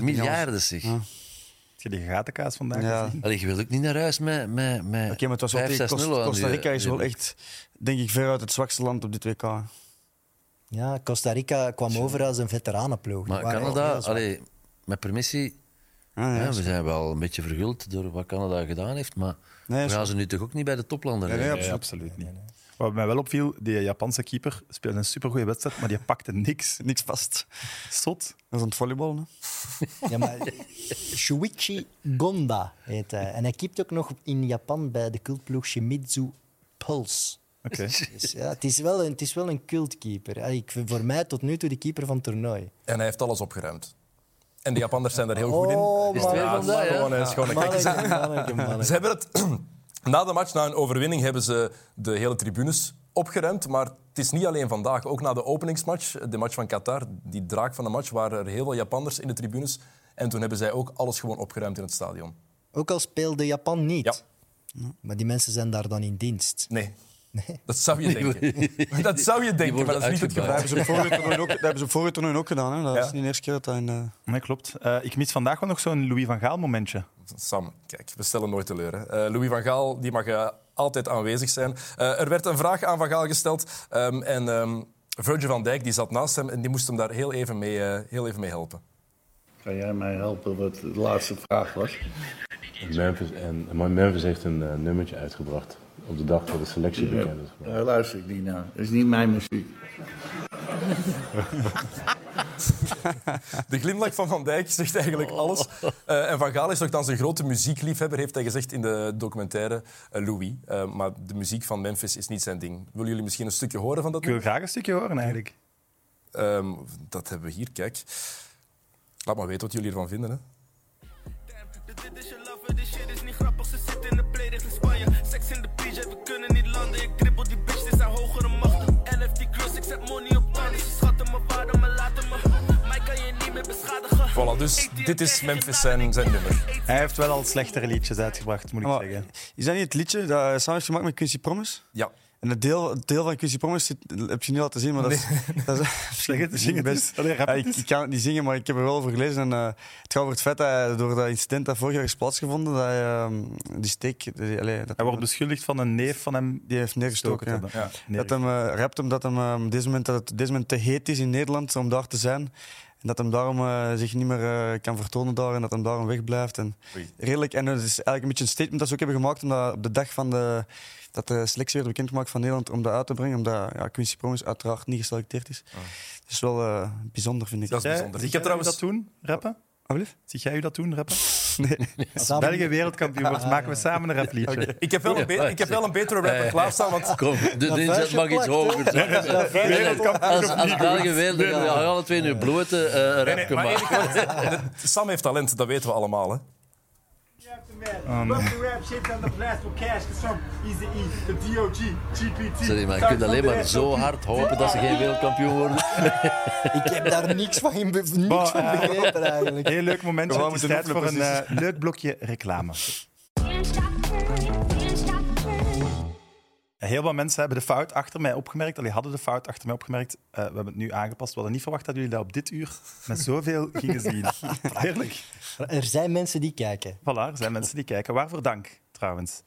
Speaker 3: Miljarden, zeg.
Speaker 1: Heb je die gatenkaas vandaag
Speaker 4: Ja.
Speaker 1: gezien?
Speaker 3: Allee, je wilt ook niet naar huis met, met, met
Speaker 4: Oké, maar het was wel
Speaker 3: 5,
Speaker 4: tegen
Speaker 3: 6-0
Speaker 4: Costa,
Speaker 3: aan
Speaker 4: Costa
Speaker 3: die- eh,
Speaker 4: Rica is
Speaker 3: die-
Speaker 4: wel echt, denk ik, veruit het zwakste land op dit WK.
Speaker 2: Ja, Costa Rica kwam over als een veteranenploeg.
Speaker 3: Maar
Speaker 2: Die waren
Speaker 3: Canada,
Speaker 2: heel zwak.
Speaker 3: allee, met permissie,
Speaker 4: Ah,
Speaker 3: hè,
Speaker 4: ja.
Speaker 3: we zijn wel een beetje verguld door wat Canada gedaan heeft, maar
Speaker 4: Nee,
Speaker 3: we
Speaker 4: is
Speaker 3: gaan ze nu toch ook niet bij de toplanden
Speaker 4: Nee, nee,
Speaker 3: leggen?
Speaker 1: Nee, absoluut niet. Wat mij wel opviel, die Japanse keeper speelde een supergoeie wedstrijd, maar die pakte niks.
Speaker 4: Niks vast.
Speaker 1: Zot.
Speaker 4: Dat is aan het volleyballen. hè.
Speaker 2: Ja, maar Shuichi Gonda heet hij. En hij keept ook nog in Japan bij de cultploeg Shimizu Pulse.
Speaker 1: Oké.
Speaker 2: Dus ja, het is wel een, het is wel een cultkeeper. Allee, Ik, vind voor mij tot nu toe de keeper van het toernooi.
Speaker 5: En hij heeft alles opgeruimd. En de Japanners zijn daar heel goed in.
Speaker 2: Oh,
Speaker 3: Is
Speaker 2: man.
Speaker 3: het weer
Speaker 5: Ja,
Speaker 3: vandaag, hè?
Speaker 5: gewoon, hij is gewoon een gekke
Speaker 2: Manneke, manneke,
Speaker 5: Ze
Speaker 2: manneke.
Speaker 5: hebben het... Na de match, na een overwinning, hebben ze de hele tribunes opgeruimd. Maar het is niet alleen vandaag. Ook na de openingsmatch, de match van Qatar, die draak van de match, waren er heel veel Japanners in de tribunes. En toen hebben zij ook alles gewoon opgeruimd in het stadion.
Speaker 2: Ook al speelde Japan niet.
Speaker 5: Ja.
Speaker 2: Maar die mensen zijn daar dan in dienst.
Speaker 5: Nee. Dat zou je denken. Dat zou je denken, maar dat is niet het
Speaker 3: worden
Speaker 5: geval.
Speaker 4: Dat hebben ze op vorige toernooi ook, dat hebben ze op vorige toernooi ook gedaan. Hè. Dat
Speaker 5: Ja.
Speaker 4: is niet de eerste keer dat dat in... eh,
Speaker 1: Nee, klopt. Eh, ik mis vandaag wel nog zo'n Louis van Gaal momentje.
Speaker 5: Sam, kijk, we stellen nooit teleur. Hè. Eh, Louis van Gaal die mag eh, altijd aanwezig zijn. Eh, er werd een vraag aan Van Gaal gesteld. ehm, en ehm, Virgil van Dijk die zat naast hem en die moest hem daar heel even mee, eh, heel even mee helpen.
Speaker 7: Kan jij mij helpen wat de laatste vraag was?
Speaker 8: Memphis en, maar Memphis heeft een eh, nummertje uitgebracht op de dag dat de selectie bekend is.
Speaker 7: Daar luister ik niet naar. Dat is niet mijn muziek.
Speaker 5: De glimlach van Van Dijk zegt eigenlijk alles. Eh, en Van Gaal is nogthans een grote muziekliefhebber, heeft hij gezegd in de documentaire eh, Louis. Eh, maar de muziek van Memphis is niet zijn ding. Willen jullie misschien een stukje horen van dat?
Speaker 1: Ik wil graag een stukje horen eigenlijk.
Speaker 5: Ehm, dat hebben we hier, kijk. Laat maar weten wat jullie ervan vinden. Hè.
Speaker 9: Dit dit is je lover, die shit is niet grappig. Ze zit in de playlist in Spanje. Seks in de PJ, we kunnen niet landen. Ik dribbel die bitch, dit zijn hogere machten. LFT cross, ik zet money op tanden. Ze schatten me waarde, maar laten me. Mij kan je niet meer beschadigen.
Speaker 5: Voilà, dus dit is Memphis zijn, zijn nummer.
Speaker 1: Hij heeft wel al slechtere liedjes uitgebracht, moet ik
Speaker 4: maar
Speaker 1: zeggen.
Speaker 4: is dat niet het liedje dat hij samen heeft gemaakt met Quincy Promise?
Speaker 5: Ja.
Speaker 4: En het deel, het deel van Quincy Promise zit- heb je niet laten zien, maar dat is... Dat is
Speaker 1: Zeg het, zing het eens. Allee, rap
Speaker 4: Ja,
Speaker 1: het
Speaker 4: ik,
Speaker 1: eens.
Speaker 4: ik kan het niet zingen, maar ik heb er wel over gelezen. En, eh, het gaat over het feit dat hij door dat incident dat vorig jaar is plaatsgevonden, dat hij, ehm, die steek, die, allee, dat
Speaker 1: Hij wordt beschuldigd van een neef van hem.
Speaker 4: die heeft neergestoken. ja.
Speaker 1: te hebben. Ja,
Speaker 4: Dat hem eh, rapt hem dat hem eh, op deze moment, dat het op deze moment te heet is in Nederland om daar te zijn. En dat hem daarom eh, zich niet meer eh, kan vertonen daar en dat hem daarom wegblijft. En
Speaker 5: Oei.
Speaker 4: redelijk, en het is eigenlijk een beetje een statement dat ze ook hebben gemaakt omdat op de dag van de, dat de selectie werd bekendgemaakt van Nederland om dat uit te brengen. Omdat ja, Quincy Promes uiteraard niet geselecteerd is.
Speaker 1: Ah.
Speaker 4: Dat is wel eh, bijzonder, vind ik.
Speaker 5: Dat is
Speaker 1: Jij-
Speaker 5: bijzonder.
Speaker 1: Zie
Speaker 5: Ik
Speaker 1: jij
Speaker 5: heb trouwens...
Speaker 1: dat doen, rappen?
Speaker 4: Alblieft?
Speaker 1: Zie jij u dat doen, rappen? Als
Speaker 2: Samen-
Speaker 1: België wereldkampioen wordt, maken we samen een rapliedje.
Speaker 5: Ik heb wel een, be- ik heb wel een betere rapper klaarstaan, want
Speaker 3: Kom, de inzet
Speaker 2: vuistje
Speaker 3: mag iets
Speaker 2: plakt,
Speaker 3: hoger zijn. Als, als België weer, dan gaan we alle twee nu blote eh, een
Speaker 5: Nee,
Speaker 3: rap
Speaker 5: nee, maar
Speaker 3: gemaakt.
Speaker 5: Sam heeft talent, dat weten we allemaal. Hè.
Speaker 3: Sorry, maar je kunt alleen maar zo hard hopen dat ze geen wereldkampioen worden.
Speaker 2: Ik heb daar niks van, in be- niks
Speaker 1: Maar,
Speaker 2: van
Speaker 1: eh,
Speaker 2: begrepen eigenlijk.
Speaker 1: Heel leuk moment.
Speaker 4: Gewoon
Speaker 1: Het is tijd
Speaker 4: moeten
Speaker 1: voor een
Speaker 4: oefenen,
Speaker 1: eh, leuk blokje reclame.
Speaker 6: Can't stop learning, can't stop learning.
Speaker 1: Heel wat mensen hebben de fout achter mij opgemerkt. Allee, hadden de fout achter mij opgemerkt. Eh, we hebben het nu aangepast. We hadden niet verwacht dat jullie dat op dit uur met zoveel gingen zien. Heerlijk.
Speaker 2: Er zijn mensen die kijken.
Speaker 1: Voilà, er zijn mensen die kijken. Waarvoor dank, trouwens.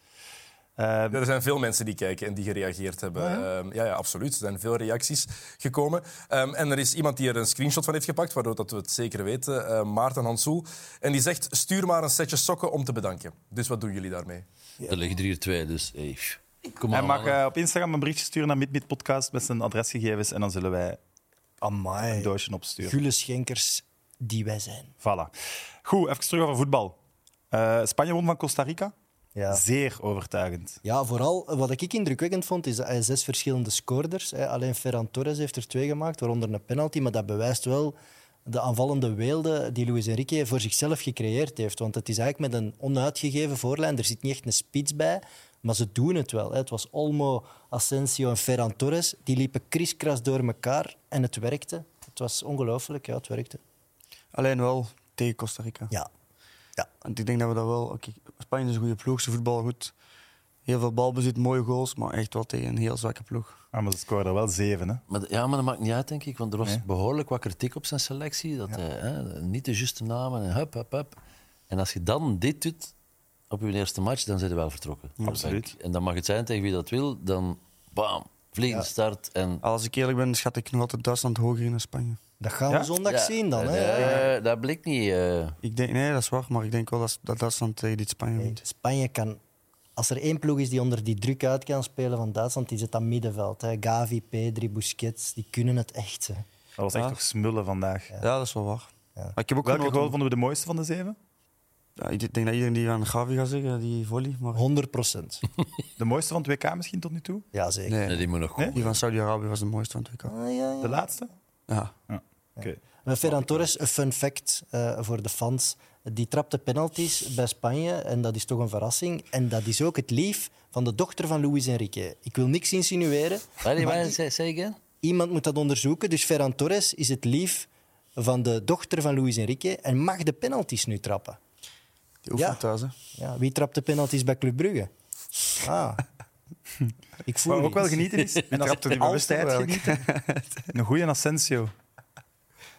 Speaker 1: Eh,
Speaker 5: Er zijn veel mensen die kijken en die gereageerd hebben. Ehm, ja, ja, absoluut. Er zijn veel reacties gekomen. Ehm, en er is iemand die er een screenshot van heeft gepakt, waardoor dat we het zeker weten. Eh, Maarten Hansoel. En die zegt, stuur maar een setje sokken om te bedanken. Dus wat doen jullie daarmee?
Speaker 3: Er liggen er hier twee, dus hey, pff. kom
Speaker 1: hij
Speaker 3: aan.
Speaker 1: mag
Speaker 3: mannen.
Speaker 1: eh, op Instagram een berichtje sturen naar MidMid Podcast met zijn adresgegevens. En dan zullen wij een
Speaker 2: Amai.
Speaker 1: doosje opsturen.
Speaker 2: Gule schenkers die wij zijn.
Speaker 1: Voilà. Goed, even terug over voetbal. Eh, Spanje won van Costa Rica.
Speaker 2: Ja.
Speaker 1: Zeer overtuigend.
Speaker 2: Ja, vooral eh, wat ik indrukwekkend vond, is dat hij zes verschillende scoorders. Hè. Alleen Ferran Torres heeft er twee gemaakt, waaronder een penalty. Maar dat bewijst wel de aanvallende weelde die Luis Enrique voor zichzelf gecreëerd heeft. Want het is eigenlijk met een onuitgegeven voorlijn. Er zit niet echt een spits bij, maar ze doen het wel. Hè. Het was Olmo, Asensio en Ferran Torres. Die liepen kriskras door elkaar en het werkte. Het was ongelooflijk, ja, het werkte.
Speaker 4: Alleen wel tegen Costa Rica.
Speaker 2: Ja,
Speaker 4: Want ik denk dat we dat wel... oké, Spanje is een goede ploeg, ze voetballen goed. Heel veel balbezit, mooie goals, maar echt wel tegen een heel zwakke ploeg.
Speaker 1: Ah, maar ze scoren er wel zeven, hè?
Speaker 3: Maar, d- ja, maar dat maakt niet uit, denk ik. Want er was behoorlijk wat kritiek op zijn selectie. Dat hij, hè, niet de juiste namen en hup, hup, hup. En als je dan dit doet op je eerste match, dan zijn we wel vertrokken.
Speaker 1: absoluut.
Speaker 3: En dan mag het zijn tegen wie dat wil. Dan bam, vliegende start. En
Speaker 4: Als ik eerlijk ben, schat ik nog altijd Duitsland hoger in dan Spanje.
Speaker 2: dat gaan
Speaker 1: Ja?
Speaker 2: we zondag
Speaker 3: Ja,
Speaker 2: zien dan. Hè.
Speaker 3: eh, dat blikt niet. eh.
Speaker 4: Ik denk, nee, dat is waar, maar ik denk wel dat, dat Duitsland tegen dit Spanje
Speaker 2: Nee, dus,
Speaker 4: wint.
Speaker 2: Spanje kan, als er één ploeg is die onder die druk uit kan spelen van Duitsland, is het dat middenveld. Hè. Gavi, Pedri, Busquets, die kunnen het echt. Hè.
Speaker 1: Dat was echt
Speaker 4: Ja.
Speaker 1: toch smullen vandaag.
Speaker 4: Ja. dat is wel waar.
Speaker 2: Ja.
Speaker 4: Maar ik heb ook
Speaker 1: Welke
Speaker 4: genoten.
Speaker 1: goal vonden we de mooiste van de zeven?
Speaker 4: Ja, ik denk dat iedereen die aan Gavi gaat zeggen, die volley, maar
Speaker 2: 100 procent.
Speaker 1: De mooiste van het WK misschien tot nu toe?
Speaker 2: Ja, zeker.
Speaker 4: nee.
Speaker 3: Nee, die moet nog komen.
Speaker 4: Die van Saudi-Arabië was de mooiste van het WK.
Speaker 2: Ah, ja, ja.
Speaker 1: De laatste?
Speaker 4: Ja.
Speaker 1: Oké.
Speaker 2: Maar Ferran Torres, een fun fact eh, voor de fans. Die trapte penalties bij Spanje en dat is toch een verrassing. En dat is ook het lief van de dochter van Luis Enrique. Ik wil niks insinueren.
Speaker 3: Allee,
Speaker 2: maar
Speaker 3: maar,
Speaker 2: i-
Speaker 3: zeg, zeg again.
Speaker 2: iemand moet dat onderzoeken. Dus Ferran Torres is het lief van de dochter van Luis Enrique en mag de penalties nu trappen.
Speaker 4: Die oefent
Speaker 2: Ja.
Speaker 4: thuis, hè.
Speaker 2: Ja, wie trapt de penalties bij Club Brugge? Ah. Ik voel
Speaker 1: Waar ook
Speaker 2: iets.
Speaker 1: wel genieten is. En als
Speaker 4: trapte die
Speaker 1: ik
Speaker 4: bewust
Speaker 1: altijd
Speaker 4: op eigenlijk?
Speaker 1: genieten. Een goede Asensio.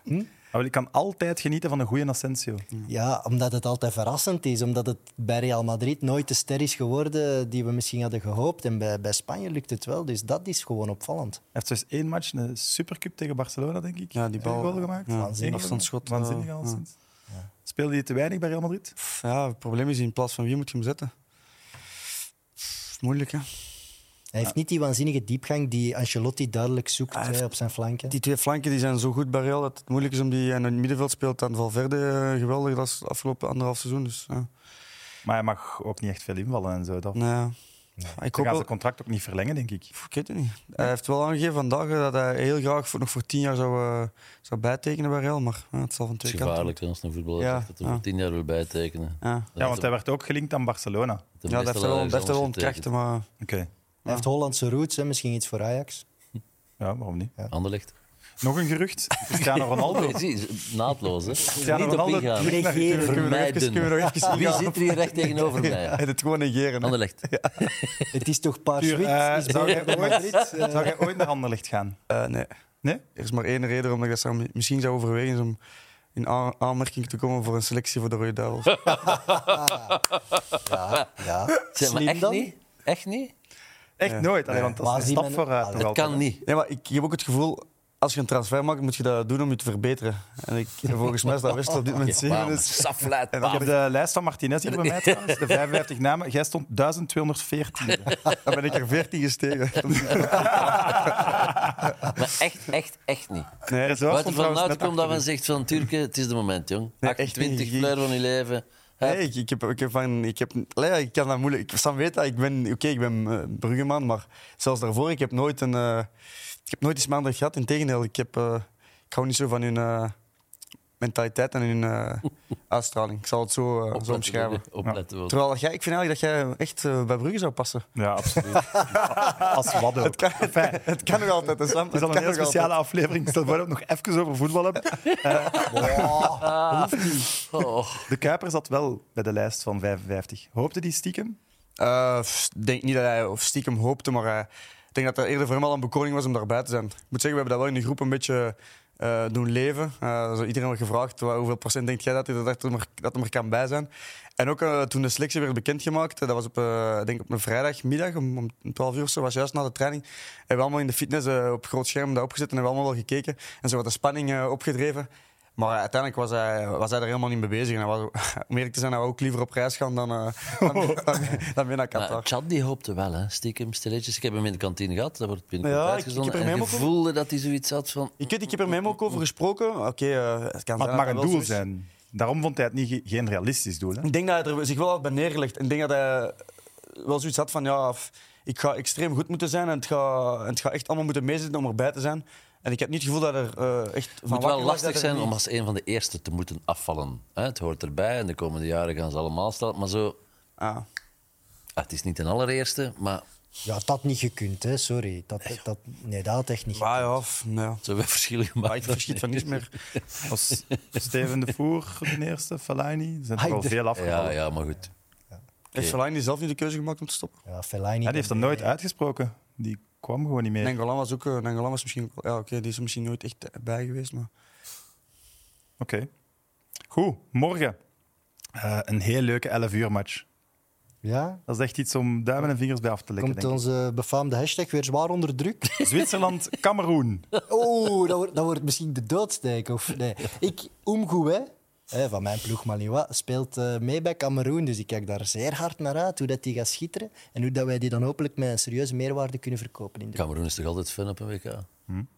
Speaker 4: Hm?
Speaker 1: Ah, wel, ik kan altijd genieten van een goede Asensio.
Speaker 2: Ja, omdat het altijd verrassend is. Omdat het bij Real Madrid nooit de ster is geworden die we misschien hadden gehoopt. En bij, bij Spanje lukt het wel. Dus dat is gewoon opvallend.
Speaker 1: Hij heeft dus één match, een supercup tegen Barcelona, denk ik.
Speaker 4: Ja, die
Speaker 1: Eén
Speaker 4: bal-
Speaker 1: goal gemaakt.
Speaker 4: ja,
Speaker 1: Eén goal?
Speaker 4: afstandsschot,
Speaker 1: Waanzinnig
Speaker 4: eh,
Speaker 1: alleszins. Speelde hij te weinig bij Real Madrid?
Speaker 4: Pff, Ja, het probleem is, in plaats van wie moet je hem zetten? Pff, Moeilijk, hè.
Speaker 2: Hij heeft niet die waanzinnige diepgang die Ancelotti duidelijk zoekt
Speaker 4: Hij
Speaker 2: hè,
Speaker 4: heeft-
Speaker 2: op zijn flanken.
Speaker 4: Die twee flanken die zijn zo goed bij Real dat het moeilijk is om die... En in het middenveld speelt dan Valverde eh, geweldig dat is de afgelopen anderhalf seizoen. Dus, ja.
Speaker 1: Maar hij mag ook niet echt veel invallen en zo. Dat...
Speaker 4: Nou ja. Ik
Speaker 1: Dan
Speaker 4: hoop
Speaker 1: gaan ze
Speaker 4: wel...
Speaker 1: het contract ook niet verlengen, denk ik.
Speaker 4: Pff, Ik weet het niet. Hij heeft wel aangegeven vandaag eh, dat hij heel graag voor, nog voor tien jaar zou, eh, zou bijtekenen bij Real. Maar ja, het zal van
Speaker 3: Het
Speaker 4: twee
Speaker 3: is
Speaker 4: kanten.
Speaker 3: gevaarlijk hè, als een voetballer
Speaker 4: Ja,
Speaker 3: zegt dat hij
Speaker 4: ja.
Speaker 3: voor tien jaar wil bijtekenen.
Speaker 4: Ja,
Speaker 1: Ja, want hij werd ook gelinkt aan Barcelona. Oké.
Speaker 4: ja dat heeft hij wel, dat heeft hij wel ontkrachten, maar...
Speaker 2: Hij heeft Hollandse roots, hè, misschien iets voor Ajax.
Speaker 1: Ja, waarom niet?
Speaker 3: Anderlecht.
Speaker 1: Nog een gerucht. Cristiano Ronaldo.
Speaker 3: Nee, zie, Oh, naadloos, hè?
Speaker 1: Cristiano
Speaker 3: Niet op
Speaker 1: Ronaldo
Speaker 3: ingaan.
Speaker 1: terug naar
Speaker 2: Negeren.
Speaker 1: Turkije.
Speaker 4: Kunnen we nog even-
Speaker 3: Vermijden.
Speaker 4: kunnen we nog even
Speaker 3: Wie
Speaker 4: ingaan?
Speaker 3: zit er hier recht tegenover mij?
Speaker 4: En het gewoon negeren. hè.
Speaker 3: Anderlecht.
Speaker 2: Het is toch paars
Speaker 1: Tuur, eh,
Speaker 2: is
Speaker 1: zou, jij
Speaker 2: beter dan
Speaker 1: ooit,
Speaker 2: Madrid. Eh,
Speaker 1: zou jij ooit naar Anderlecht gaan?
Speaker 4: Eh, nee.
Speaker 1: Nee?
Speaker 4: Er is maar één reden waarom ik dat zou, misschien zou overwegen, is om in aan- aanmerking te komen voor een selectie voor de Rode Duivels.
Speaker 2: ja, ja.
Speaker 3: Zeg, maar
Speaker 2: Slim
Speaker 3: echt
Speaker 2: dan?
Speaker 3: niet? Echt niet?
Speaker 1: Echt nooit. Allee, want dat
Speaker 2: Maar
Speaker 1: is een
Speaker 2: zie
Speaker 1: stap
Speaker 2: men-
Speaker 1: vooruit. toch
Speaker 3: Het
Speaker 1: altijd,
Speaker 3: kan
Speaker 1: hè?
Speaker 3: niet.
Speaker 4: Nee, maar ik heb ook het gevoel, als je een transfer maakt, moet je dat doen om je te verbeteren. En ik, volgens mij is dat best op dit moment zeker.
Speaker 3: Bam,
Speaker 4: Dus,
Speaker 3: safluit,
Speaker 1: Eh, Ik heb
Speaker 3: bam.
Speaker 1: de lijst van Martinez hier bij mij trouwens. De 55 namen. Jij stond 1214.
Speaker 4: dan ben ik er 14 gestegen.
Speaker 3: Maar echt, echt, echt niet.
Speaker 1: Nee, zo
Speaker 3: Wat er vanuit komt dat men zegt van Turken, het is de moment, jong.
Speaker 4: Nee, echt
Speaker 3: 28
Speaker 4: niet.
Speaker 3: fleur van je leven. Hup.
Speaker 4: Nee, ik, ik, heb, ik heb van... Ik, heb, allee, ja, ik kan dat moeilijk... Ik, Sam weet dat, ik ben... Oké, ik ben eh, Bruggeman, maar zelfs daarvoor, ik heb nooit een... eh, ik heb nooit iets maandag gehad. Integendeel, ik heb... eh, ik hou niet zo van hun eh, mentaliteit en hun eh, uitstraling. Ik zal het zo, eh, zo
Speaker 3: Opletten,
Speaker 4: omschrijven.
Speaker 3: Opletten. wel.
Speaker 4: Terwijl jij, ik vind eigenlijk dat jij echt eh, bij Brugge zou passen.
Speaker 1: Ja, absoluut. Als wadden.
Speaker 4: Het kan, het kan nog altijd, hè, Sam.
Speaker 1: Het is al een heel speciale aflevering. Ik Stel voor dat we het nog even over voetbal hebben.
Speaker 3: Oh.
Speaker 1: De Kuiper zat wel bij de lijst van 55. Hoopte die stiekem?
Speaker 4: Eh, Ik denk niet dat hij of stiekem hoopte, maar hij- ik denk dat dat eerder voor hem al een bekoring was om daarbij te zijn. Ik moet zeggen, we hebben dat wel in de groep een beetje eh, doen leven. Eh, zo iedereen werd gevraagd, "Wa- hoeveel procent denkt jij dat hij dat er, maar, dat er maar kan bij zijn? En ook eh, toen de selectie werd bekendgemaakt, eh, dat was op, eh, ik denk op een vrijdagmiddag om, om 12 uur, zo was juist na de training, hebben we allemaal in de fitness eh, op groot scherm dat opgezet en hebben we allemaal wel gekeken. En zo wat de spanning eh, opgedreven. Maar eh, uiteindelijk was hij, was hij er helemaal niet mee bezig. En hij was, om eerlijk te zijn, hij wou ook liever op reis gaan dan, eh dan, dan, dan weer naar Qatar.
Speaker 3: Maar Chad die hoopte wel, hè. stiekem, stilletjes. Ik heb hem in de kantine gehad, daar wordt binnenkort
Speaker 4: Ja, ik- ik
Speaker 3: uitgezonden.
Speaker 4: heb er
Speaker 3: en je
Speaker 4: mee mogen-
Speaker 3: voelde dat hij zoiets had van...
Speaker 4: Ik, weet, ik heb er met hem ook over gesproken. Oké, eh, het
Speaker 1: Maar het
Speaker 4: kan zijn
Speaker 1: mag
Speaker 4: dat
Speaker 1: een
Speaker 4: dat wel
Speaker 1: doel
Speaker 4: zo is.
Speaker 1: zijn. Daarom vond hij het niet, ge- geen realistisch doel. Hè?
Speaker 4: Ik denk dat hij er zich wel wat bij neergelegd. Ik denk dat hij wel zoiets had van ja, f- ik ga extreem goed moeten zijn en het gaat het gaat echt allemaal moeten meezitten om erbij te zijn. En ik heb niet het gevoel dat er eh, echt van
Speaker 3: Het moet
Speaker 4: wakker
Speaker 3: wel
Speaker 4: lag dat
Speaker 3: lastig
Speaker 4: er
Speaker 3: zijn
Speaker 4: niet-
Speaker 3: om als een van de eerste te moeten afvallen. hè. Het hoort erbij en de komende jaren gaan ze allemaal staan. Maar zo,
Speaker 4: Ah.
Speaker 3: ah, het is niet een allereerste, maar
Speaker 2: Ja, dat had niet gekund, hè. sorry. Dat, dat, nee, dat had echt niet
Speaker 4: Maar ja, f- nou ja.
Speaker 3: zo hebben verschillen gemaakt.
Speaker 4: Maar ik verschiet van niets meer.
Speaker 1: Was Steven de Voer de eerste, Fellaini. Er zijn
Speaker 2: Ah,
Speaker 1: er
Speaker 2: ik
Speaker 1: al
Speaker 2: dacht-
Speaker 1: veel afgevallen.
Speaker 3: Ja, ja, maar goed.
Speaker 4: Heeft Fellaini zelf niet de keuze gemaakt om te stoppen?
Speaker 2: Ja, Fellaini...
Speaker 1: Ja, die heeft dat nooit uitgesproken. Die kwam gewoon niet meer.
Speaker 4: Nangolan was ook... eh, Nangolan was misschien... ook wel- Ja, oké, die is er misschien nooit echt eh, bij geweest, maar...
Speaker 1: Oké. Goed, morgen. Eh, een heel leuke 11 uur match.
Speaker 2: Ja?
Speaker 1: Dat is echt iets om duimen en vingers bij af te likken,
Speaker 2: Komt
Speaker 1: denk ik.
Speaker 2: onze befaamde hashtag weer zwaar onder druk?
Speaker 1: Zwitserland, Cameroen.
Speaker 2: Oeh, dat wordt, dat wordt misschien de doodsteek. Of, nee. Ik, Umgoué, hè, van mijn ploeg Maliwa, speelt eh, mee bij Cameroen. Dus ik kijk daar zeer hard naar uit, hoe dat die gaat schitteren. En hoe dat wij die dan hopelijk met een serieuze meerwaarde kunnen verkopen. In de...
Speaker 3: Cameroen is toch altijd fun op een WK?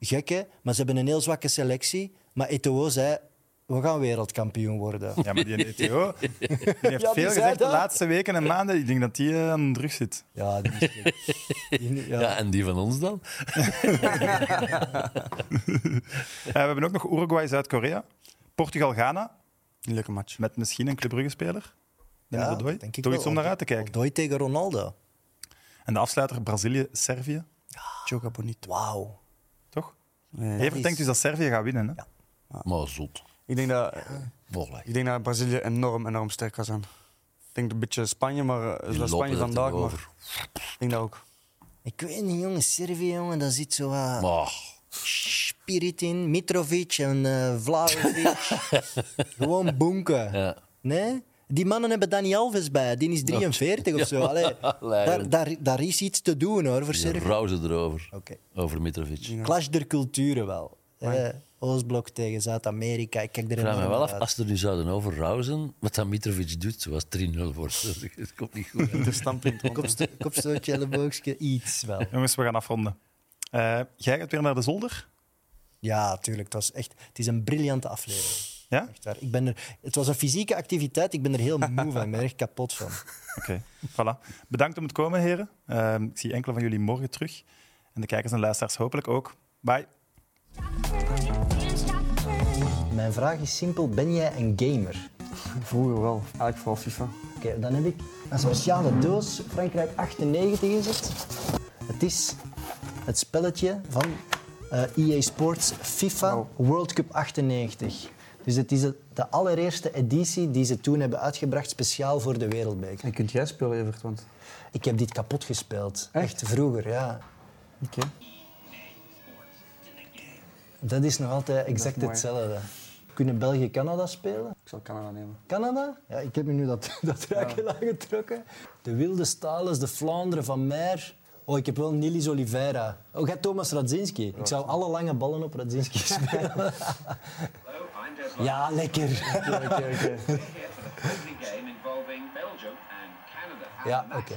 Speaker 2: Gek, hè? Maar ze hebben een heel zwakke selectie. Maar Eto'o zei, we gaan wereldkampioen worden.
Speaker 1: Ja, maar die ETO die heeft
Speaker 2: Ja, die
Speaker 1: veel
Speaker 2: zei
Speaker 1: gezegd de
Speaker 2: dat.
Speaker 1: laatste weken en maanden. Ik denk dat die eh, aan de drug zit.
Speaker 2: Ja, die is gek. Die-
Speaker 3: Ja.
Speaker 2: ja.
Speaker 3: en die van ons dan?
Speaker 1: Eh, we hebben ook nog Uruguay, Zuid-Korea. Portugal, Ghana.
Speaker 4: Een leuke match.
Speaker 1: Met misschien een Club Brugge-speler. Danny
Speaker 2: Ja,
Speaker 1: Godoy.
Speaker 2: denk ik
Speaker 1: Toch
Speaker 2: wel.
Speaker 1: iets om naar uit te kijken.
Speaker 2: Odoi tegen Ronaldo.
Speaker 1: En de afsluiter Brazilië, Servië.
Speaker 4: Joga Bonito.
Speaker 2: Wauw.
Speaker 1: Toch?
Speaker 4: Nee.
Speaker 1: Evert denkt dus dat Servië gaat winnen. Hè?
Speaker 4: Ah.
Speaker 3: Maar zot.
Speaker 4: Ik denk dat...
Speaker 3: Mogelijk.
Speaker 4: Ik denk dat Brazilië enorm, enorm sterk gaat zijn. Ik denk een beetje Spanje, maar eh,
Speaker 3: Die lopen
Speaker 4: dat Spanje
Speaker 3: er
Speaker 4: vandaag,
Speaker 3: toch
Speaker 4: maar ik denk dat ook.
Speaker 2: Ik weet niet, jongen. Servië, jongen, dat zit zo ah, wat
Speaker 3: Maar,
Speaker 2: spirit in. Mitrovic en eh Vlaovic. Gewoon bonken.
Speaker 3: Ja.
Speaker 2: Nee? Die mannen hebben Dani Alves bij. Die is 43 of zo. Allee, daar, daar, daar is iets te doen, hoor, voor
Speaker 3: ze
Speaker 2: Servië.
Speaker 3: rouwen erover.
Speaker 2: Oké.
Speaker 3: Over Mitrovic. Ik
Speaker 2: Clash der culturen wel. Eh, Oostblok tegen Zuid-Amerika. Ik kijk er
Speaker 3: vraag me
Speaker 2: enorm
Speaker 3: wel af,
Speaker 2: naar uit.
Speaker 3: als ze er nu zouden over rouwen, wat dat Mitrovic doet, zoals 3-0 wordt. Dat komt niet goed. uit.
Speaker 4: De standpunt rond.
Speaker 2: Kopsto- Kopstootje, elleboogje, iets wel.
Speaker 1: Jongens, we gaan afronden. Eh, jij gaat weer naar de zolder.
Speaker 2: Ja, tuurlijk. Het, was echt, het is een briljante aflevering.
Speaker 1: Ja?
Speaker 2: Echt waar. Ik ben er, het was een fysieke activiteit. Ik ben er heel moe van. Ik ben er echt kapot van.
Speaker 1: Oké, voilà. Bedankt om het komen, heren. Eh, ik zie enkele van jullie morgen terug. En de kijkers en luisteraars hopelijk ook. Bye.
Speaker 6: Stop burning.
Speaker 2: Mijn vraag is simpel. Ben jij een gamer?
Speaker 4: Vroeger wel, eigenlijk vooral FIFA.
Speaker 2: Oké, dan heb ik een speciale doos. Frankrijk 98 is het. Het is het spelletje van eh EA Sports FIFA World Cup 98. Dus het is de- de allereerste editie die ze toen hebben uitgebracht speciaal voor de Wereldbeker.
Speaker 4: En kunt jij spelen, Evert? Want...
Speaker 2: Ik heb dit kapot gespeeld. Echt vroeger, ja.
Speaker 4: Oké.
Speaker 2: Dat is nog altijd exact
Speaker 4: mooi.
Speaker 2: hetzelfde. Kunnen België Canada spelen?
Speaker 4: Ik zal Canada nemen.
Speaker 2: Canada? Ja, ik heb me nu dat, dat raakje aangetrokken. De Wilde Stalens, de Vlaanderen van Meer. Oh, ik heb wel Nilis Oliveira. Oh, jij Thomas Radzinski. Ik zou alle lange ballen op Radzinski spelen. ja, lekker. Ja, oké.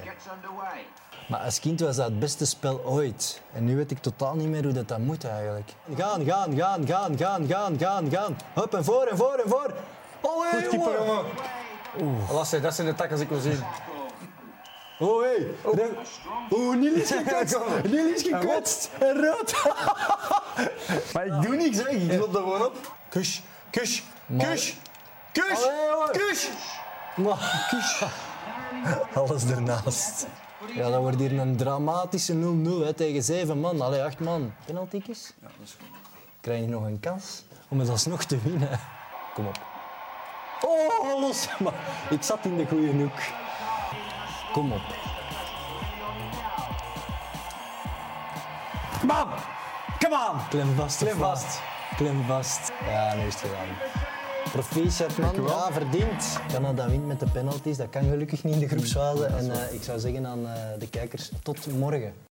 Speaker 2: Maar als kind was dat het beste spel ooit. En nu weet ik totaal niet meer hoe dat, dat moet eigenlijk. Gaan, gaan, gaan, gaan, gaan, gaan, gaan, gaan. Hup, en voor, en voor, en voor. Allee, Goed
Speaker 4: jongen. Lasse, dat zijn de takken als ik wil zien.
Speaker 2: Oh, hey. De- Oeh, Niels gekwetst. Niels gekwetst. En rood.
Speaker 4: Maar ik doe niks, hè. Ik loop er gewoon op. Kus, kus, kus, kus,
Speaker 2: Allee, jongen.
Speaker 4: kus.
Speaker 2: Maar- Alles ernaast. Ja, dat wordt hier een dramatische 0-0 hè, tegen 7 man. Allee, 8 man. Penaltykies? Ja, dat is goed. Krijg je nog een kans om het alsnog te winnen? Kom op. Oh, los. Maar ik zat in de goede hoek. Kom op. Bam! Come on! Klem vast. Klem vast. Klem vast. Ja, nu is het gedaan. Proficiat, man. Ja, verdiend. Canada wint met de penalties. Dat kan gelukkig niet in de groepsfase. En eh, ik zou zeggen aan eh, de kijkers, tot morgen.